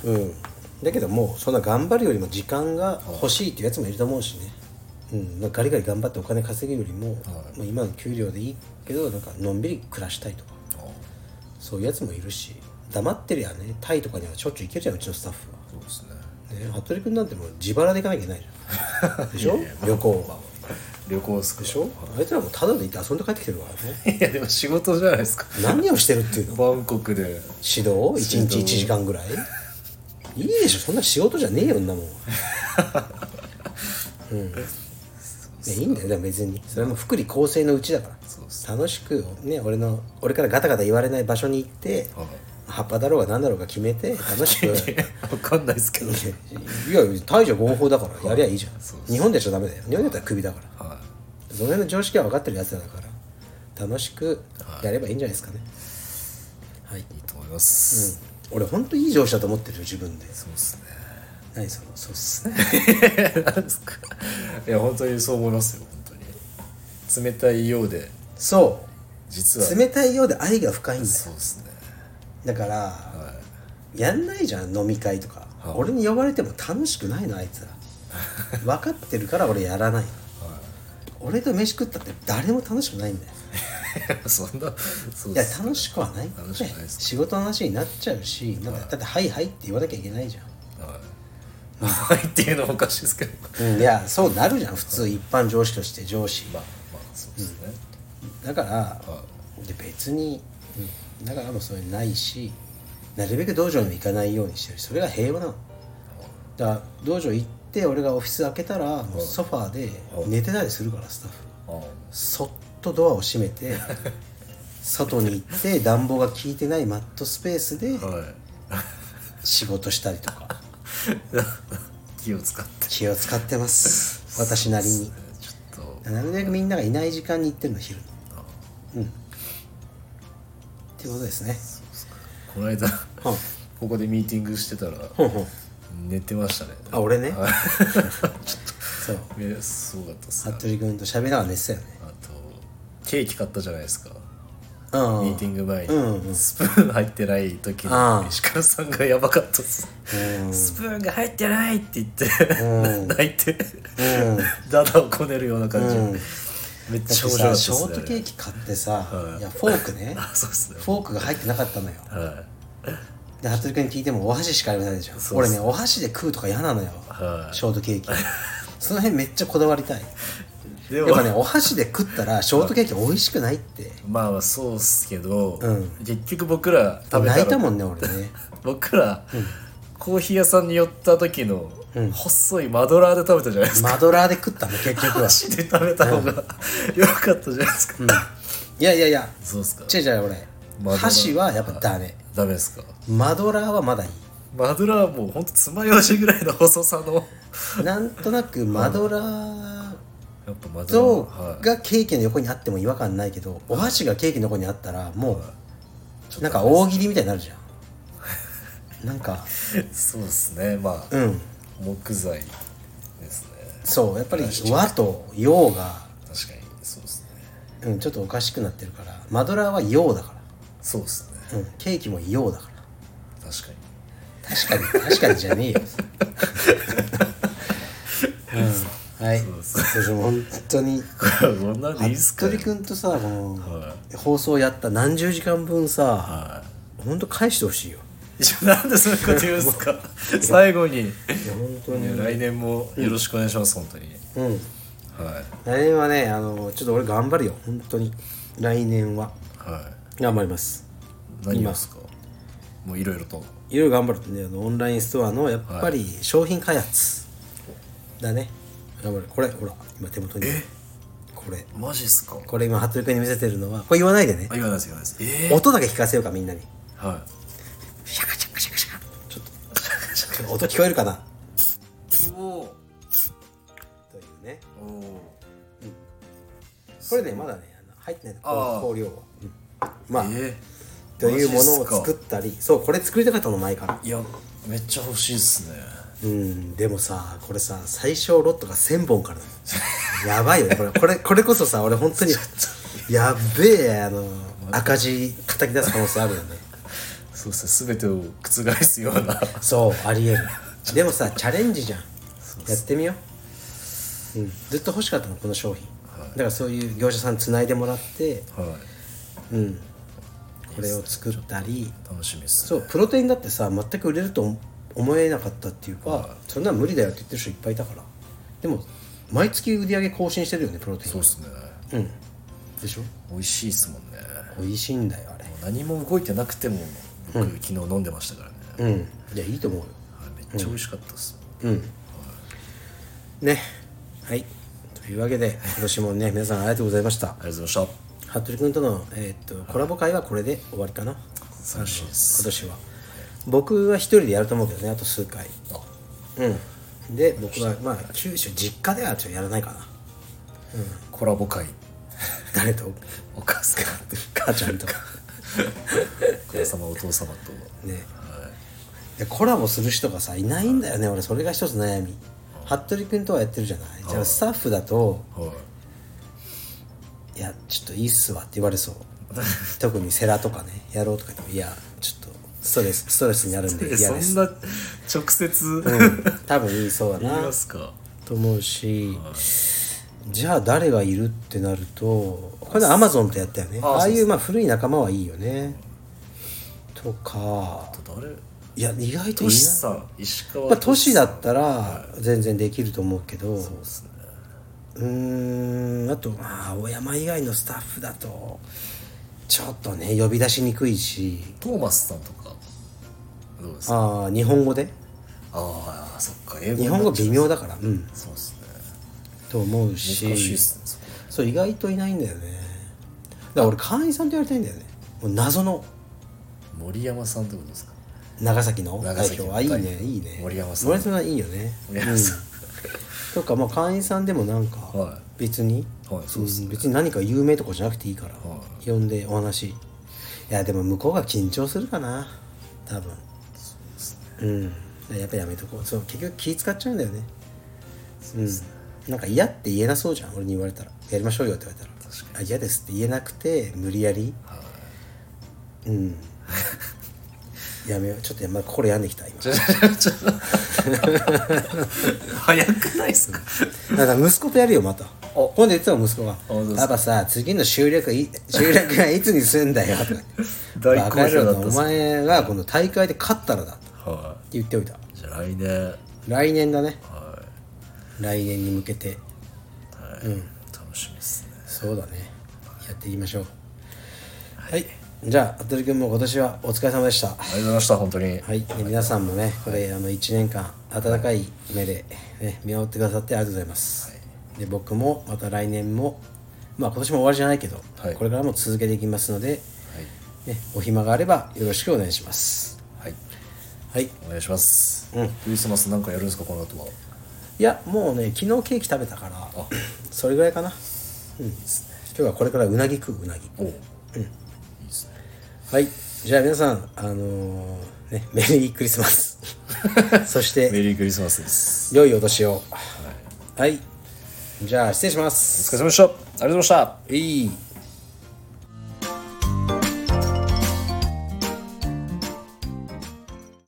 Speaker 1: うんだけどもうそんな頑張るよりも時間が欲しいっていうやつもいると思うしね、うん、まあガリガリ頑張ってお金稼ぐよりも、もう今の給料でいいけどなんかのんびり暮らしたいとか
Speaker 2: おお
Speaker 1: そういうやつもいるし黙ってりゃねタイとかにはしょっちゅう行けるじゃんうちのスタッフは。
Speaker 2: そうですね
Speaker 1: ね、服部君なんてもう自腹で行かなきゃいけないじゃんでし ょ旅行
Speaker 2: 旅行好きでしょ
Speaker 1: あいつらもタダで行って遊んで帰ってきてるからね
Speaker 2: いやでも仕事じゃないですか
Speaker 1: 何をしてるっていうの
Speaker 2: バンコクで
Speaker 1: 指導一日1時間ぐらいいいでしょそんな仕事じゃねえよん なもんうんねいいんだよでも別にそれはもう福利厚生のうちだから
Speaker 2: そうっす
Speaker 1: 楽しくね俺の俺からガタガタ言われない場所に行って
Speaker 2: はい
Speaker 1: 葉っぱだろうが何だろうが決めて楽しくいや
Speaker 2: わかんないですけど
Speaker 1: 大女合法だからやりゃいいじゃ
Speaker 2: そうん
Speaker 1: 日本でしょダメだよ日本だったらクビだから
Speaker 2: は
Speaker 1: その辺の常識は分かってるやつらだから楽しくやればいいんじゃないですかね、はい
Speaker 2: いいいと思います、
Speaker 1: 俺ほんといい上司だと思ってるよ自分で
Speaker 2: そうですね
Speaker 1: 何そのそうっすね
Speaker 2: なんですかいや本当にそう思いますよ本当に冷たいようで
Speaker 1: そ
Speaker 2: 実は
Speaker 1: う冷たいようで愛が深いんだよ
Speaker 2: そうですね
Speaker 1: だから、やんないじゃん飲み会とか、
Speaker 2: はい
Speaker 1: 俺に呼ばれても楽しくないのあいつら分かってるから俺やらない、俺と飯食ったって誰も楽しくないんだよ
Speaker 2: そんなそう
Speaker 1: いや
Speaker 2: です
Speaker 1: 楽しくはないって
Speaker 2: 楽しくないです
Speaker 1: 仕事の話になっちゃうしなんかだって「はいはい」って言わなきゃいけないじゃん
Speaker 2: うまいっていうのもおかしいですけど
Speaker 1: うん、いやそうなるじゃん普通一般上司として上司
Speaker 2: まあまあそうですね、
Speaker 1: だからで別にだからもうそれないしなるべく道場にも行かないようにしてるしそれが平和なのだから道場行って俺がオフィス開けたらもうソファーで寝てたりするからスタッフ
Speaker 2: ああ
Speaker 1: そっとドアを閉めて外に行って暖房が効いてないマットスペースで
Speaker 2: はい
Speaker 1: 仕事したりとか
Speaker 2: 気を使って
Speaker 1: 気を使ってます私なりに
Speaker 2: ちょっと
Speaker 1: なるべくみんながいない時間に行ってるの昼にうんっていうことですね
Speaker 2: この間
Speaker 1: うん
Speaker 2: ここでミーティングしてたら
Speaker 1: ほんほん
Speaker 2: 寝てましたね
Speaker 1: あ俺ね
Speaker 2: はいちょ
Speaker 1: そう
Speaker 2: っと目すごかったっすね
Speaker 1: 服部君と喋りながら寝てたよね
Speaker 2: あとケーキ買ったじゃないですか
Speaker 1: うん
Speaker 2: ミーティング前に、
Speaker 1: うんうん
Speaker 2: スプーン入ってない時
Speaker 1: ああ
Speaker 2: の石川さんがやばかったっす、
Speaker 1: うん
Speaker 2: スプーンが入ってないって言って、
Speaker 1: うん
Speaker 2: 泣いて、
Speaker 1: うん
Speaker 2: ダダをこねるような感じ、
Speaker 1: うん
Speaker 2: めっ
Speaker 1: だっ
Speaker 2: ちゃ
Speaker 1: て
Speaker 2: 面白かっ
Speaker 1: さ
Speaker 2: たっ
Speaker 1: シ
Speaker 2: すね
Speaker 1: ョートケーキ買ってさいやフォークね
Speaker 2: あそうっすね
Speaker 1: フォークが入ってなかったのよ
Speaker 2: は
Speaker 1: で服部君に聞いてもお箸しかありませんでしょ
Speaker 2: そうっ
Speaker 1: 俺
Speaker 2: す
Speaker 1: ねお箸で食うとか嫌なのよ
Speaker 2: はい
Speaker 1: ショートケーキその辺めっちゃこだわりたい
Speaker 2: いで
Speaker 1: やっぱねお箸で食ったらショートケーキ美味しくないって
Speaker 2: まあまあそうっすけど、
Speaker 1: うん
Speaker 2: 結局僕ら食べた
Speaker 1: 泣いた
Speaker 2: ら
Speaker 1: もんね 俺ね
Speaker 2: 僕ら、コーヒー屋さんに寄った時の、
Speaker 1: うん
Speaker 2: 細いマドラーで食べたじゃないですか
Speaker 1: マドラーで食ったの結局は
Speaker 2: 箸で食べた方が、良かったじゃないですか、
Speaker 1: いやいやいや
Speaker 2: そうっすか
Speaker 1: 違う違う
Speaker 2: マドラ
Speaker 1: 俺
Speaker 2: ー
Speaker 1: 箸はやっぱダメ
Speaker 2: ダメですか
Speaker 1: マドラーはまだいい
Speaker 2: マドラーもうほんと爪楊枝ぐらいの細さの
Speaker 1: なんとなくマドラー
Speaker 2: やっぱマド
Speaker 1: と
Speaker 2: ラーはい
Speaker 1: がケーキの横にあっても違和感ないけどお箸がケーキの横にあったらも
Speaker 2: ちょ
Speaker 1: う
Speaker 2: っと
Speaker 1: なんか大喜利みたいになる じゃんなんか
Speaker 2: そうですねまあ、
Speaker 1: うん
Speaker 2: 木材ですね
Speaker 1: そうやっぱり和と洋が、
Speaker 2: 確かにそうです
Speaker 1: う
Speaker 2: ね
Speaker 1: ん、ちょっとおかしくなってるからマドラーは洋だか
Speaker 2: そうですね
Speaker 1: ら、うん、ケーキも洋だから
Speaker 2: 確かに
Speaker 1: 確かに確かにじゃねえよ、うん、はい
Speaker 2: そうそ
Speaker 1: 私も本当に
Speaker 2: これこんなんでいいっすか
Speaker 1: 服部君とさこの、
Speaker 2: は
Speaker 1: 放送やった何十時間分さ
Speaker 2: は
Speaker 1: 本当返してほしいよ
Speaker 2: いじゃあなんでそういうこと言うんですか最後に
Speaker 1: いや本当に
Speaker 2: ね来年もよろしくお願いします、本当に
Speaker 1: うん
Speaker 2: はい
Speaker 1: 来年はねあのちょっと俺頑張るよ本当に来年は
Speaker 2: はい
Speaker 1: 頑張ります
Speaker 2: 何をですかもういろいろと
Speaker 1: いろいろ頑張るとねあのオンラインストアのやっぱり商品開発だね、頑張るこれほら今手元にこれ
Speaker 2: マジっすか
Speaker 1: これ今服部君に見せてるのはこれ言わないでね
Speaker 2: あ言わないです言わないですえー
Speaker 1: 音だけ聞かせようかみんなに
Speaker 2: は
Speaker 1: シャカシャカシャカシャカちょっと音聞こえるかない
Speaker 2: おー
Speaker 1: というね
Speaker 2: おお
Speaker 1: これねまだねあの入ってない
Speaker 2: あ
Speaker 1: の
Speaker 2: ー
Speaker 1: 香料は、うんまあ、
Speaker 2: え
Speaker 1: というもの
Speaker 2: マジっ
Speaker 1: を
Speaker 2: すか
Speaker 1: 作ったりそうこれ作りたかったの前から
Speaker 2: ーいやめっちゃ欲しいっすね
Speaker 1: うんでもさこれさ最小ロットが1000本から だやばいよねこれこれこれこそさ俺本当にやっべえあの赤字叩き出す可能性あるよね
Speaker 2: そうっすね全てを覆すよう な
Speaker 1: そうあり えるでもさチャレンジじゃんやってみよう、うん、ずっと欲しかったのこの商品、だからそういう業者さんつないでもらって
Speaker 2: は
Speaker 1: うんこれを作ったり
Speaker 2: い楽しみっす
Speaker 1: そうプロテインだってさ全く売れると思思えなかったっていうか、そんなの無理だよって言ってる人いっぱいいたからでも毎月売り上げ更新してるよねプロテイン
Speaker 2: そうっすね
Speaker 1: うんでしょ
Speaker 2: 美味しいっすもんね
Speaker 1: 美味しいんだよあ
Speaker 2: もう何も動いてなくても僕、昨日飲んでましたからね、
Speaker 1: れうんいやいいと思うよ
Speaker 2: はいめっちゃ美味しかったっす、
Speaker 1: うんねはいというわけで今年もね 皆さんありがとうございました
Speaker 2: ありがとうございまし
Speaker 1: 服部君との、えーっとコラボ会はこれで終わりかな
Speaker 2: た寂しいっす
Speaker 1: 今年は僕は一人でやると思うけどねあと数回うんで僕はまあ九州実家ではちょっとやらないかな
Speaker 2: コラボ会
Speaker 1: 誰と
Speaker 2: お母さん
Speaker 1: 母ちゃんと
Speaker 2: お母様お父様と
Speaker 1: ねでコラボする人がさいないんだよね俺それが一つ悩み服部君とはやってるじゃないじゃあスタッフだと
Speaker 2: はい
Speaker 1: 「いやちょっといいっすわ」って言われそう特にセラとかねやろうとか言っても「いやちょっとストレスストレスになるんで
Speaker 2: え
Speaker 1: 嫌
Speaker 2: そ
Speaker 1: です
Speaker 2: んな直接、
Speaker 1: うん」多分言いそうだ
Speaker 2: 言い
Speaker 1: な
Speaker 2: ますか
Speaker 1: と思うし、じゃあ誰がいるってなるとこれアマゾンとやったよね
Speaker 2: あ
Speaker 1: ああいうまあ古い仲間はいいよねとか
Speaker 2: あと誰
Speaker 1: いや意外とい
Speaker 2: 石
Speaker 1: な
Speaker 2: さん石川
Speaker 1: まあ、都市だ
Speaker 2: そ
Speaker 1: ったら全然できると思うけど
Speaker 2: うですね
Speaker 1: うーんあとまあ青山以外のスタッフだとちょっとね呼び出しにくいし
Speaker 2: トーマスさんとかどうですか
Speaker 1: ああ日本語で
Speaker 2: ああーそっか英語
Speaker 1: 日本語
Speaker 2: になっちゃう
Speaker 1: 微妙だからうん
Speaker 2: そうですね
Speaker 1: と思うし
Speaker 2: 難しいっすねそこ
Speaker 1: そう意外といないんだよねだから俺会員さんとやりたいんだよねもう謎の
Speaker 2: 森山さんってことですか
Speaker 1: 長崎の代
Speaker 2: 長崎
Speaker 1: 表
Speaker 2: の
Speaker 1: はいい
Speaker 2: 代
Speaker 1: ね
Speaker 2: 表
Speaker 1: いいね
Speaker 2: 森山さん
Speaker 1: 森山いいよね
Speaker 2: 森山さん
Speaker 1: とかまあ会員さんでもなんか
Speaker 2: は
Speaker 1: 別に、
Speaker 2: はいそうですね
Speaker 1: ん別に何か有名とかじゃなくていいから、
Speaker 2: は
Speaker 1: 呼んでお話いやでも向こうが緊張するかな多分
Speaker 2: そうですね
Speaker 1: うんやっぱやめとこうそう結局気使っちゃうんだよねうんなんか嫌って言えなそうじゃん俺に言われたらやりましょうよって言われたら
Speaker 2: 確
Speaker 1: あ嫌ですって言えなくて無理やり
Speaker 2: はい
Speaker 1: うん やめようちょっとや、まあ、心病んできた今
Speaker 2: ちょちょちょ 早くないっすか
Speaker 1: だから息子とやるよまた
Speaker 2: お
Speaker 1: 今度言ってたもん息子が
Speaker 2: 本当
Speaker 1: 「
Speaker 2: です
Speaker 1: パ
Speaker 2: か
Speaker 1: パさ次の集落い 集落がいつにすんだよ」とか
Speaker 2: 大好評だったっす
Speaker 1: バカ野
Speaker 2: ね
Speaker 1: 郎お前がこの大会で勝ったらだ」って
Speaker 2: は
Speaker 1: 言っておいた
Speaker 2: いじゃあ来年
Speaker 1: 来年だね
Speaker 2: は
Speaker 1: 来年に向けて
Speaker 2: い、はい楽しみですね
Speaker 1: そうだねやっていきましょうはい、じゃあ服部君も今年はお疲れ様でした
Speaker 2: ありがとうございました本当に
Speaker 1: はい、ね皆さんもねこれあの1年間温かい目で、ね、見守ってくださってありがとうございます、で僕もまた来年もまあ今年も終わりじゃないけど、
Speaker 2: はい
Speaker 1: これからも続けていきますので、ね、お暇があればよろしくお願いします
Speaker 2: はい、は
Speaker 1: は
Speaker 2: い、
Speaker 1: いい
Speaker 2: お願いします、
Speaker 1: うん
Speaker 2: クリスマスなんかやるんですかこの後は
Speaker 1: やもうね昨日ケーキ食べたからそれぐらいかな、うん、今日はこれからうなぎ食ううなぎ
Speaker 2: おう、いいですね
Speaker 1: はいじゃあ皆さんあのーねメリークリスマ スそして
Speaker 2: メリークリスマスです
Speaker 1: 良いお年をはい、じゃあ失礼しま
Speaker 2: お
Speaker 1: す
Speaker 2: 疲れ様でしたありがとうございました
Speaker 1: いい